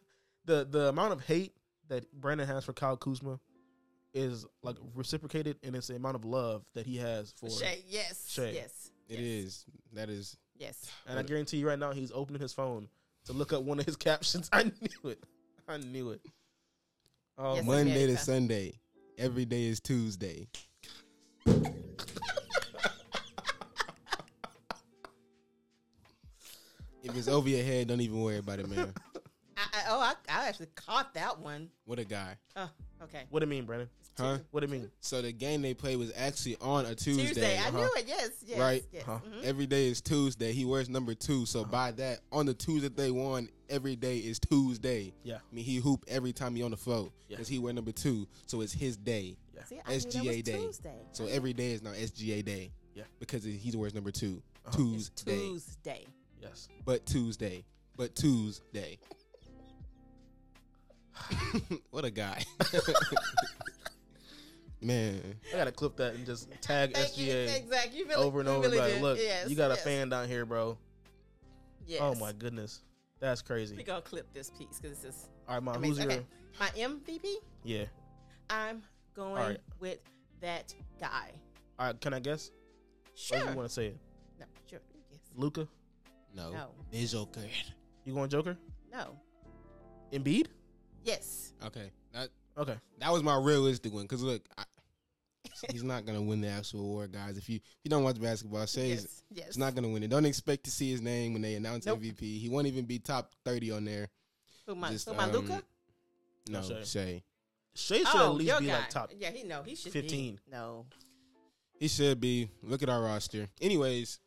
the amount of hate that Brandon has for Kyle Kuzma is like reciprocated, and it's the amount of love that he has for.
Shay. Yes.
Shay.
Yes.
It
yes.
is. That is.
Yes.
And I guarantee you right now, he's opening his phone to look up one of his captions. I knew it. I knew it. Oh,
Yes.
my-
Monday to
America.
Sunday. Every day is Tuesday. If it's over your head, don't even worry about it, man.
I, I, oh, I, I actually caught that one.
What a guy.
Oh, okay.
What do you mean, Brandon?
Huh?
What do you mean?
So the game they played was actually on a Tuesday.
Tuesday. I
uh-huh.
knew it. Yes. Yes.
Right.
Yes.
Huh.
mhm.
Every day is Tuesday. He wears number two.
Oh.
So by that, on the Tuesday they won, every day is Tuesday.
Yeah.
I mean, he hoop every time he on the floor
Yeah.
because he wear number two. So it's his day.
See, I knew that was
SGA day.
Tuesday.
So every day is now SGA day.
Yeah.
Because he wears number 2
Uh-huh.
It's
Tuesday.
Tuesday.
Yes.
But Tuesday. But Tuesday. what a guy. Man.
I gotta clip that and just tag
Thank you.
SGA
Exactly. You really,
over and
you
over.
Really
like,
did.
look,
yes,
you got a
yes,
fan down here, bro.
Yes.
Oh my goodness, that's crazy.
We gonna clip this piece because this is
All right, mom, Uh, who's
amazing.
your?
Okay. My MVP.
Yeah.
I'm going
All right.
with that guy.
All right, can I guess? Or
Sure.
you want to say it?
No. Sure. Yes.
Luca,
No.
No.
It's okay.
you going Joker?
No.
Embiid?
Yes.
Okay. That
Okay.
that was my realistic one. Cause look, I, he's not gonna win the actual award, guys. If you if you don't watch basketball, say he's-
yes. Yes.
he's not gonna win it. Don't expect to see his name when they announce
Nope.
MVP. He won't even be top thirty on there.
Who my,
just,
who my
um,
Luca?
No,
Shay.
Shay.
Shea should at least
Oh, your
be
guy.
like top.
Yeah, he no, he should
15.
Be. No.
He should be. Look at our roster. Anyways,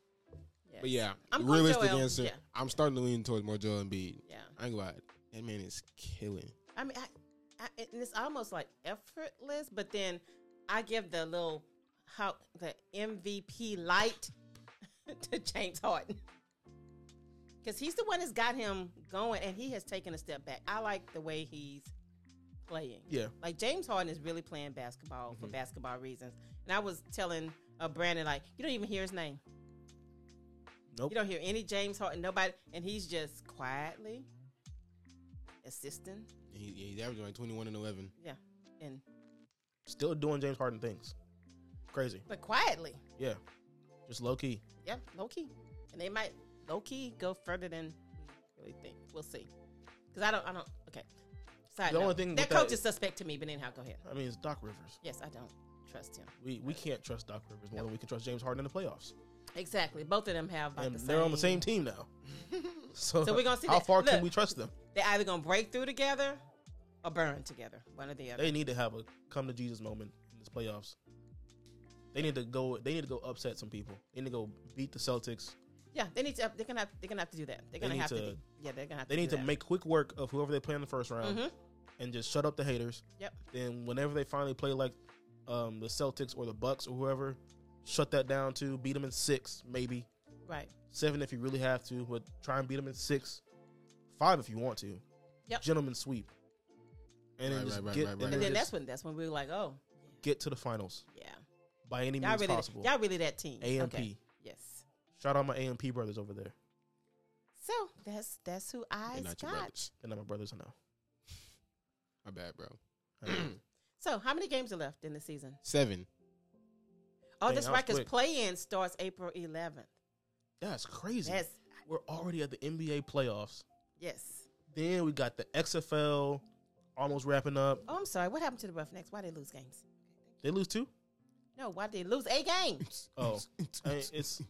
Yes.
but yeah,
I'm going
realistic
Joel.
answer.
Yeah.
I'm starting to lean towards more Joel Embiid.
Yeah.
I ain't gonna lie. That man is killing.
I mean, I, I, and it's almost like effortless, but then I give the little how the MVP light to James Harden because he's the one that's got him going, and he has taken a step back. I like the way he's playing.
Yeah.
Like James Harden is really playing basketball for basketball reasons, and I was telling uh, Brandon like you don't even hear his name.
Nope.
You don't hear any James Harden, nobody, and he's just quietly assisting.
He, he's averaging like twenty one and eleven.
Yeah, and
Still doing James Harden things. Crazy.
but quietly.
Yeah. Just low key.
Yeah, low key, and they might low key go further than we really think. We'll see. Because I don't, I don't. Okay. Side
The
note.
only thing
that
with that
coach
is-
is suspect to me, but anyhow, go ahead.
I mean, it's Doc Rivers.
Yes, I don't trust him.
We we can't trust Doc Rivers more than we can trust James Harden in the playoffs.
Exactly. Both of them have about
and
the
they're on the same team now. so,
So we're gonna see
how
that.
far can
Look.
we trust them?
They're either gonna break through together or burn together. One or the other.
They need to have a come to Jesus moment in this playoffs. They need to go. They need to go upset some people. They need to go beat the Celtics.
yeah, they need to. They're gonna. Have, they're gonna have to do that. They're gonna
need
have to.
to-
do- yeah, they're gonna. Have
They
to
need
do
to
that.
make quick work of whoever they play in the first round
Mhm.
and just shut up the haters.
Yep.
Then whenever they finally play like um, the Celtics or the Bucks or whoever, shut that down too. Beat them in six, maybe
Right.
seven if you really have to, but try and beat them in six, five if you want to.
Yep.
Gentlemen sweep. And then
Right,
just
right, right,
get,
right,
and
right.
And
then
then that's
just
when that's when we were like, oh,
get to the finals
yeah,
by any
y'all
means
really,
possible.
y'all really that team.
AMP.
Okay. Yes.
Shout out my AMP brothers over there.
So that's that's who I
They're not your
got.
brothers.
They're not my brothers, I know.
My bad, bro.
I know.
So, how many games are left in the season?
Seven.
Oh,
Dang,
this
that was
Rikers
quick.
play-in starts April 11th.
That's crazy.
Yes,
We're already at the NBA playoffs.
yes.
Then we got the XFL almost wrapping up.
Oh, I'm sorry. What happened to the Roughnecks? Why they lose games?
They lose two?
No, why they lose a game?
Oh. I mean, it's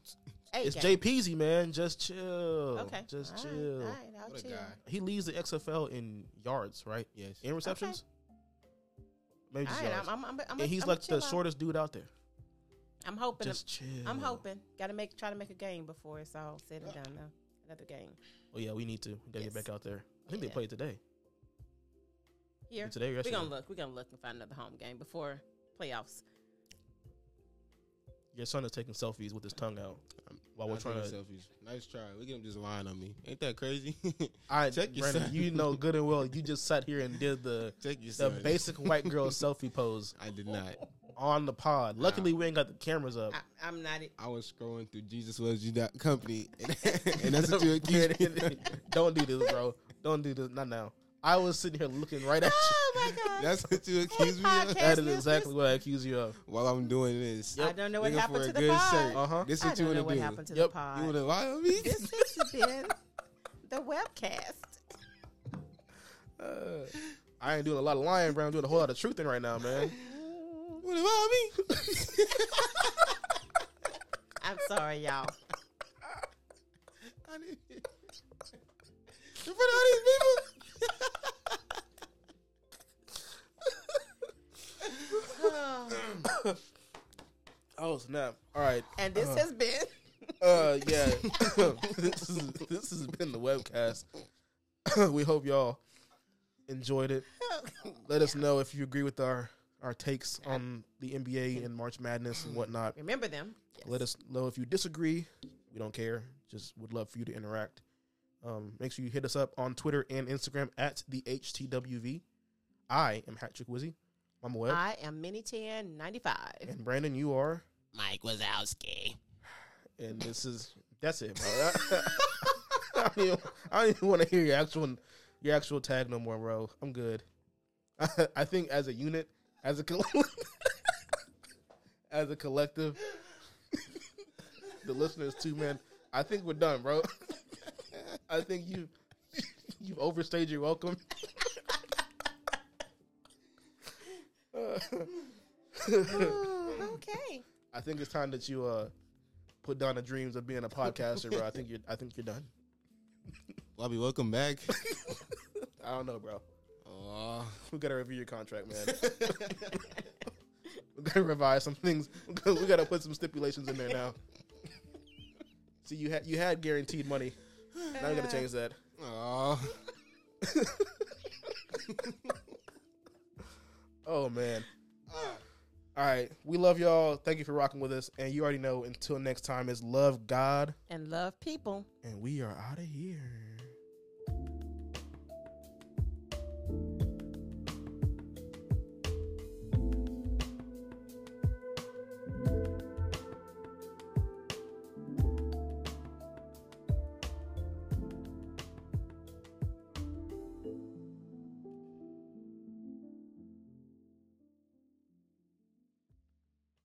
A
it's
game.
Jay Peasy, man. Just chill.
Okay,
Just
All right,
chill.
All right, I'll
What a
chill.
guy.
He leads the XFL in yards, right?
Yes.
In receptions? Maybe
All
just
right,
yards.
I'm, I'm, I'm, I'm,
and he's
I'm
like the
chill out.
shortest dude out there.
I'm hoping.
Just chill.
I'm hoping. Got to make try to make a game before it's all said and done. Though. Another game
Oh yeah, we need to. We gotta
Yes.
get back out there. I think
Yeah.
they played today.
here.
Today or
We're
yesterday?
gonna look. We're gonna look and find another home game before playoffs.
Your son is taking selfies with his tongue out
I'm-
while we're
I'll take
trying
the
to.
selfies. Nice try. Look at him just lying on me. Ain't that crazy?
I
Check your
Brandon,
son.
you know good and well you just sat here and did the
Take your
the
son.
basic white girl selfie pose
I did not.
on the pod. Luckily, we ain't got the cameras up.
I, I'm not. e
I was scrolling through Jesus loves you dot company, and, and that's what you accused me. of.
Don't do this, bro. Don't do this. Not now. I was sitting here looking right at you.
Oh my god.
That's what you accused me of.
podcast.
That is
listeners.
exactly what I accuse you of.
While I'm doing this,
I don't know what
Looking
happened
for
to
a
the
good
pod.
shirt.
Uh huh.
This is
I
what you
don't know
want
what
to do.
happened to
Yep.
the
You
pod.
want to lie on me?
this has been the webcast.
Uh.
I ain't doing a lot of lying, bro. I'm doing a whole lot of truthing right now, man.
Mm,
You want to lie on me?
I'm sorry, y'all.
I didn't- in front of all these people.
Oh snap! All right.
and this has been
Uh, yeah. this is this has been the webcast. we hope y'all enjoyed it. Let us know if you agree with our our takes on the NBA and March Madness and whatnot.
remember them.
Let us know if you disagree. We don't care. Just would love for you to interact. Um, make sure you hit us up on Twitter and Instagram at the HTWV. I am Hatrick Wizzy. Mama Web.
I am Mini Ten ninety five.
and Brandon, you are.
Mike Wazowski.
And this is that's it, bro. I, don't even, I don't even want to hear your actual your actual tag no more, bro. I'm good. I, I think as a unit, as a coll- as a collective, the listeners too, man. I think we're done, bro. I think you you've overstayed your welcome.
okay.
I think it's time that you uh put down the dreams of being a podcaster, bro. I think you're I think you're done.
Bobby, welcome back.
I don't know, bro.
Oh,
We gotta review your contract, man. we gotta revise some things. We gotta- we gotta put some stipulations in there now. See, you had you had guaranteed money. Now we gotta change that.
oh.
Oh man. All right, we love y'all. Thank you for rocking with us, and you already know. Until next time, is love God,
And love people.
and we are out of here.